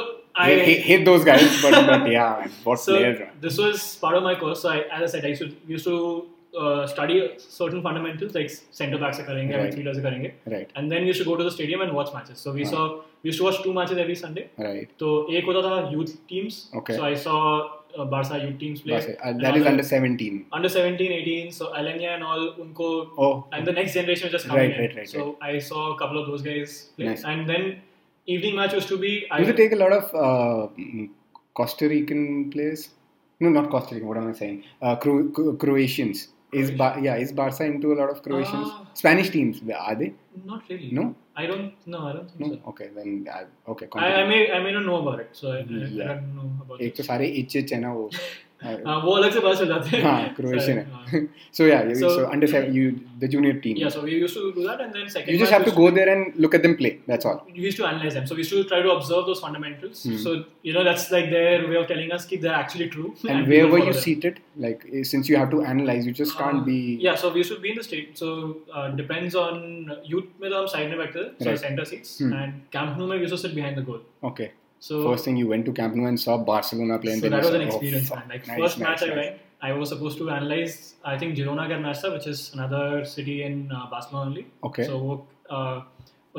S2: I
S4: I
S2: hate, hate those guys, but, but yeah, man, what
S4: so
S2: players? man.
S4: this was part of my course. So I, as I said, I used to used to uh, study certain fundamentals like center backs are करेंगे
S2: Right.
S4: midfielders are करेंगे
S2: right
S4: and then we used to go to the stadium and watch matches. So we
S2: हाँ.
S4: saw we used to watch two matches every Sunday.
S2: Right
S4: तो एक होता था youth teams
S2: Okay.
S4: So I saw Barca youth teams play
S2: that is under 17
S4: under 17 18 so Alena and all उनको
S2: Oh,
S4: and the next generation is just
S2: Right,
S4: coming
S2: right, right,
S4: so I saw a couple of those guys play
S2: Nice.
S4: And then evening match used to be
S2: Do they take a lot of uh, mm, Costa Rican players? No, not Costa Rican. What am I saying? Uh, Cro- Cro- Croatians. Is Bar- yeah, is Barca into a lot of Croatians?
S4: Ah. Mm-hmm.
S2: Spanish teams are they?
S4: Not really
S2: No,
S4: I don't know I don't
S2: no.
S4: Think
S2: Okay, then I, okay.
S4: So I
S2: continue.
S4: may I may not know about it so i I
S2: Yeah.
S4: Don't know about
S2: एक तो सारे H H है ना वो Uh,
S4: हाँ Uh, वो अलग से बात चल जाते हैं
S2: हाँ क्रोएशियन
S4: Sorry, हाँ.
S2: है सो या
S4: So- uh,
S2: so under seven you the junior team
S4: Yeah, so we used to do that, and then second.
S2: You just
S4: match
S2: have to
S4: was-
S2: go there and look at them play that's all
S4: We used to analyze them, so we used to try to observe those fundamentals.
S2: Hmm.
S4: So you know that's like their way of telling us that they're actually true.
S2: And
S4: we will
S2: wherever
S4: follow
S2: you
S4: them.
S2: seated like since you have to analyze you just can't
S4: Uh,
S2: be
S4: Yeah, so we used to be in the state. So uh, depends on youth. With हम side में बैठते थे, so
S2: Right.
S4: center seats,
S2: Hmm.
S4: and Camp Nou में we used to sit behind the goal.
S2: okay
S4: So
S2: First thing you went to Camp Nou and saw Barcelona play. and
S4: so
S2: then
S4: that
S2: you
S4: was an
S2: saw- oh,
S4: experience,
S2: fuck.
S4: man. Like
S2: Nice,
S4: first
S2: nice,
S4: match I
S2: nice.
S4: went, I was supposed to analyze. I think Girona का match था, which is another city in uh, Barcelona only.
S2: Okay.
S4: So वो uh,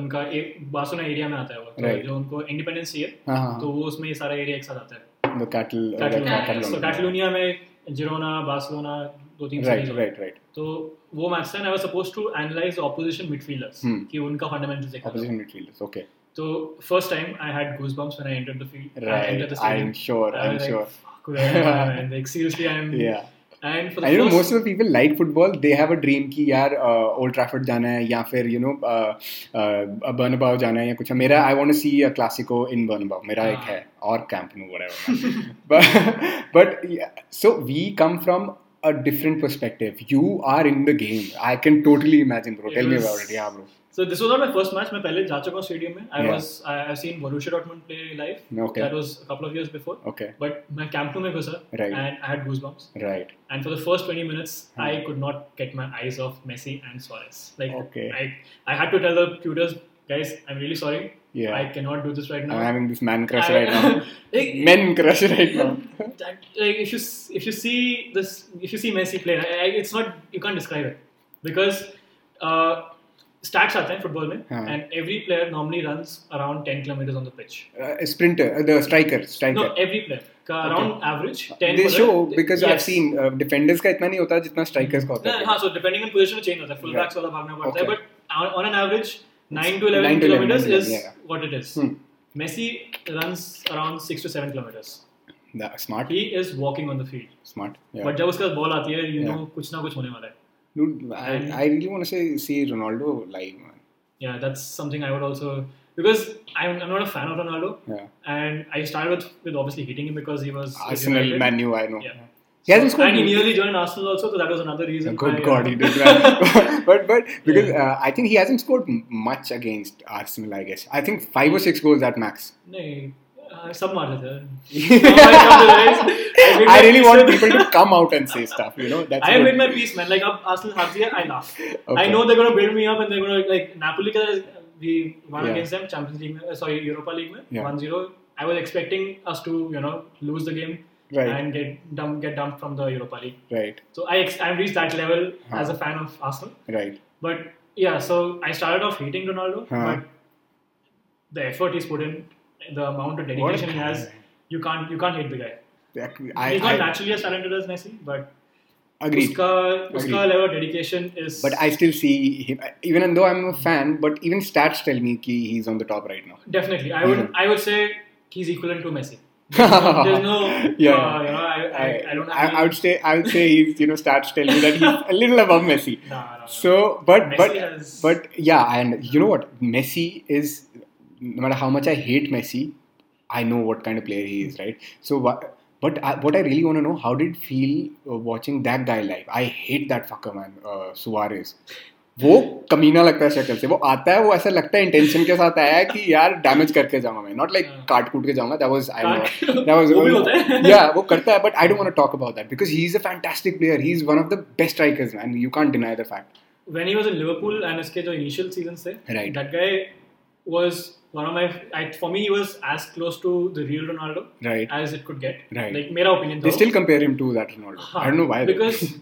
S4: उनका एक Barcelona area में आता है वो तो
S2: Right.
S4: जो उनको इंडिपेंडेंस चाहिए
S2: हाँ, हाँ,
S4: तो वो उसमें ये सारा एरिया एक साथ आता है
S2: हाँ. Uh-huh. The cattle. uh,
S4: Catalonia.
S2: Catalonia.
S4: So Catalonia में जिरोना बार्सिलोना दो तीन
S2: Right,
S4: cities
S2: right, right.
S4: तो वो मैच था I was suppose to analyse opposition midfielders
S2: Hmm.
S4: कि उनका फंडामेंटल्स देखा
S2: Opposition midfielders. Okay.
S4: तो first time I had goosebumps when I entered the field I
S2: Right.
S4: Entered the
S2: I'm sure. I'm sure.
S4: sure like seriously i'm
S2: Yeah.
S4: and for the
S2: I know
S4: first
S2: most of the people like football. They have a dream कि यार uh, Old Trafford जाना है या फिर you know uh, uh, Bernabeu जाना है या कुछ मेरा I want to see a Clasico in Bernabeu. मेरा एक
S4: हाँ.
S2: है और Camp Nou whatever. but but yeah, so we come from a different perspective. You are in the game. I can totally imagine, bro.
S4: It
S2: Tell me
S4: was-
S2: about it. Yeah, bro.
S4: So this was not my first match. मैं पहले जा चुका हूँ stadium में. I
S2: Yeah.
S4: was I have seen Borussia Dortmund play live.
S2: Okay.
S4: That was a couple of years before.
S2: Okay.
S4: But मैं camp में घुसा
S2: Right.
S4: and I had goosebumps.
S2: Right.
S4: And for the first 20 minutes,
S2: Hmm.
S4: I could not get my eyes off Messi and Suarez. Like
S2: Okay.
S4: I I had to tell the tutors, guys, I'm really sorry.
S2: Yeah.
S4: I cannot do this right now.
S2: I'm having this man crush
S4: I-
S2: right now.
S4: Like,
S2: Men crush right now.
S4: that- like if you s- if you see this if you see Messi play, I, I, it's not you can't describe it because uh, stats आते हैं football में
S2: हाँ.
S4: and every player normally runs around 10 kilometers on the pitch.
S2: Uh, sprinter, uh, the striker, striker.
S4: No, every player का around average 10.
S2: they
S4: for the-
S2: show because I've
S4: Yes.
S2: seen uh, defenders का इतना नहीं होता जितना strikers का होता
S4: No,
S2: है
S4: हाँ, so depending on position में change होता है. Full backs वाला भागना पड़ता है,
S2: Okay.
S4: but on, on an average 9 to 11
S2: 9 to 11,
S4: kilometers is
S2: yeah.
S4: what it is.
S2: Hmm.
S4: Messi runs around 6 to 7 kilometers.
S2: The- smart,
S4: He is walking on the field.
S2: smart. Yeah.
S4: But जब उसके पास ball आती है, you
S2: Yeah.
S4: know कुछ ना कुछ होने वाला है.
S2: Dude, I, I really want to say see Ronaldo live. Man.
S4: yeah, that's something I would also because I'm, I'm not a fan of Ronaldo,
S2: Yeah.
S4: and I started with, with obviously hating him because he was with
S2: Arsenal,
S4: United.
S2: Man U, I know.
S4: Yeah.
S2: He hasn't scored.
S4: and he nearly joined Arsenal also, so that was another reason.
S2: Good
S4: why, uh,
S2: God, he did. Man. but but because uh, I think he hasn't scored m- much against Arsenal. I guess I think five or six goals at max.
S4: नहीं, uh, सब मार देते हैं.
S2: I really want people to come out and say stuff. You know, that's
S4: I have
S2: what-
S4: made my peace, man. Like, अब Arsenal हारती है, I laugh. I
S2: Okay.
S4: know they're gonna build me up and they're gonna like Napoli. का We won
S2: Yeah.
S4: against them Champions League, में, uh, sorry Europa League में
S2: Yeah.
S4: 1-0. I was expecting us to you know lose the game
S2: Right.
S4: and get dump, get dumped from the Europa League.
S2: right,
S4: So I ex- I've reached that level
S2: Huh.
S4: as a fan of Arsenal.
S2: right.
S4: But yeah, so I started off hating Ronaldo,
S2: Huh.
S4: but the effort he's put in, the amount of
S2: What a
S4: dedication he
S2: guy,
S4: has, you can't you can't hate the guy.
S2: I,
S4: he's not
S2: I
S4: naturally as talented as Messi, but
S2: agreed.
S4: उसका उसका
S2: Agreed.
S4: level of dedication is.
S2: But I still see him, even though I'm a fan, but even stats tell me ki he's on the top right now.
S4: Definitely, I would.
S2: Yeah.
S4: I would say he's equivalent to Messi. There's no.
S2: Yeah.
S4: Uh, you know, I, I, I don't
S2: I,
S4: have.
S2: I would say I would say he's you know stats tell me that he's a little above Messi.
S4: any- Nah, nah, nah.
S2: So, but
S4: Messi
S2: but
S4: has-
S2: but yeah, and you know what? Messi is no matter how much I hate Messi, I know what kind of player he is, right? So, wha- but I, what I really want to know, how did it feel uh, watching that guy live? I hate that fucker man, uh, Suarez. वो कमीना लगता है शक्ल से वो आता है वो ऐसा लगता है इंटेंशन के साथ आया है कि यार डैमेज करके जाऊंगा मैं नॉट लाइक
S4: हाँ।
S2: काट कूट के जाऊंगा दैट वाज आई
S4: काट-
S2: दैट वाज
S4: वो भी होता है।
S2: yeah, वो करता है but I don't want to talk about that because he is a fantastic player. He is one of the best strikers, man. You can't deny the fact.
S4: when he was in Liverpool and उसके जो initial seasons थे
S2: Right.
S4: that guy was one of my I, for me he was as close to the real Ronaldo
S2: Right.
S4: as it could get
S2: Right.
S4: like मेरा opinion था
S2: They
S4: वो.
S2: still compare him to that Ronaldo.
S4: हाँ,
S2: I don't know why. though.
S4: because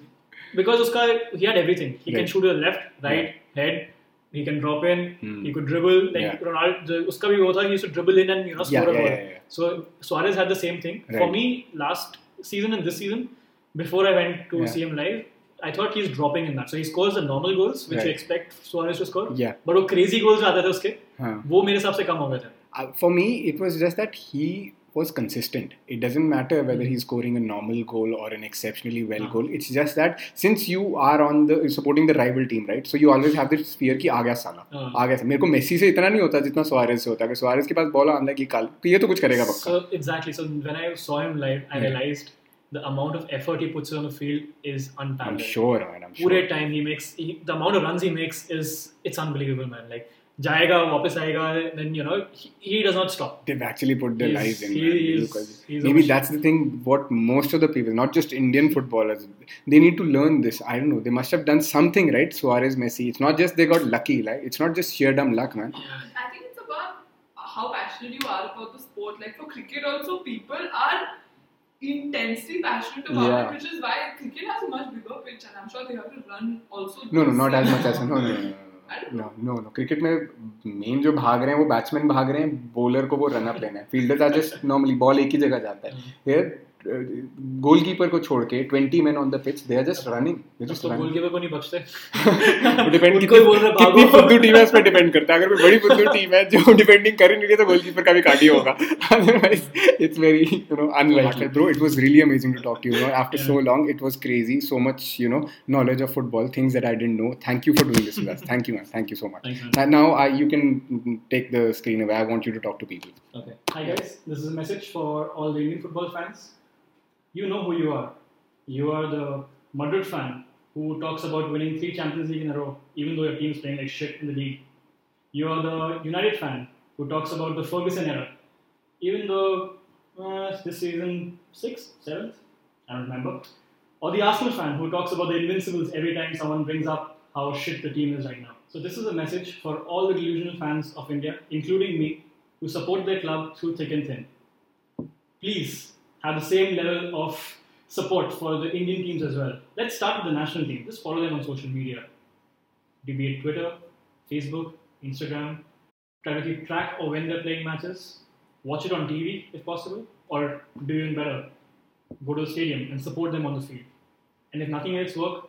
S4: because uska he had everything. He can
S2: Right.
S4: shoot with the left, right, head. He can drop in.
S2: Hmm.
S4: He could dribble. Like
S2: Yeah.
S4: Ronaldo, the, uska bhi wo tha, he used to dribble in and you know
S2: Yeah,
S4: score a
S2: yeah,
S4: goal.
S2: yeah, yeah.
S4: So Suarez had the same thing. For
S2: Right.
S4: me, last season and this season, before I went to
S2: Yeah.
S4: see him live, I thought he's dropping in that. So he scores the normal goals which you
S2: Right.
S4: expect Suarez to score.
S2: Yeah.
S4: But वो crazy goals आते थे उसके
S2: हाँ
S4: वो मेरे हिसाब से कम हो गए थे.
S2: Uh, for me, it was just that he was consistent. It doesn't matter whether he's scoring a normal goal or an exceptionally well
S4: हाँ.
S2: goal. It's just that since you are on the supporting the rival team, right? So you always have this fear कि आ गया साला
S4: हाँ.
S2: आ गया साला. मेरे को Messi से इतना नहीं होता जितना सुआरेज से होता है अगर सुआरेज के पास बॉल आंदा कि काल तो ये तो कुछ करेगा पक्का Hmm.
S4: So exactly. So when I saw him live, I
S2: Yeah.
S4: realized the amount of effort he puts on the field is
S2: I am
S4: unparalleled.
S2: Sure man I am
S4: पूरे
S2: sure
S4: time he makes he, the amount of runs he makes is it's unbelievable, man. Like जाएगा वापस आएगा, then you know he, he does not stop.
S2: They've actually put their
S4: He's-
S2: lives in.
S4: he
S2: man,
S4: is-
S2: because
S4: he's
S2: maybe
S4: awesome.
S2: that's the thing. What most of the people, not just Indian footballers, they need to learn this. I don't know. They must have done something right. Suarez, Messi. It's not just they got lucky. Like it's not just sheer dumb luck, man.
S3: I think it's about how passionate you are about the sport. Like for cricket, also people are intensely passionate about
S2: Yeah.
S3: it, which is why cricket has a much bigger pitch, and I'm sure they have to run also.
S2: No, no, not as
S3: decent.
S2: much as no, no, no. No no no cricket में main जो भाग रहे हैं वो batsman भाग रहे हैं bowler को वो रनअप लेना है fielders are just normally ball एक ही जगह जाता है
S4: Mm.
S2: फिर गोलकीपर को छोड़ के 20 man on the pitch they are just running they just
S4: तो गोलकीपर को नहीं बख्शते.
S2: डिपेंड
S4: उनको
S2: कितनी
S4: ही बोल रहे भागो.
S2: कितनी फुद्दू टीम है उस पर डिपेंड करता है अगर कोई बड़ी फुद्दू टीम है जो डिफेंडिंग कर ही नहीं रही तो गोलकीपर का भी काट ही होगा otherwise it's very you know unlikely bro it was really amazing to talk to you know after so long it was crazy so much you know knowledge of football things that I didn't know thank you for doing this with us thank you ma'am thank you so
S4: Thanks,
S2: much
S4: man.
S2: Now I you can take the screen away I want you to talk to people
S4: Okay. Hi guys, this is a message for all the Indian football fans. You know who you are. You are the Madrid fan who talks about winning three Champions League in a row, even though your team's playing like shit in the league. You are the United fan who talks about the Ferguson era, even though uh, this season sixth, seventh, I don't remember. Or the Arsenal fan who talks about the Invincibles every time someone brings up how shit the team is right now. So this is a message for all the delusional fans of India, including me, who support their club through thick and thin. Please have the same level of support for the Indian teams as well. Let's start with the national team. Just follow them on social media. Be it Twitter, Facebook, Instagram. Try to keep track of when they're playing matches. Watch it on TV if possible, or do even better, go to the stadium and support them on the field. And if nothing else works,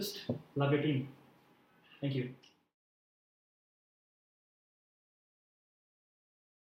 S4: just love your team. Thank you.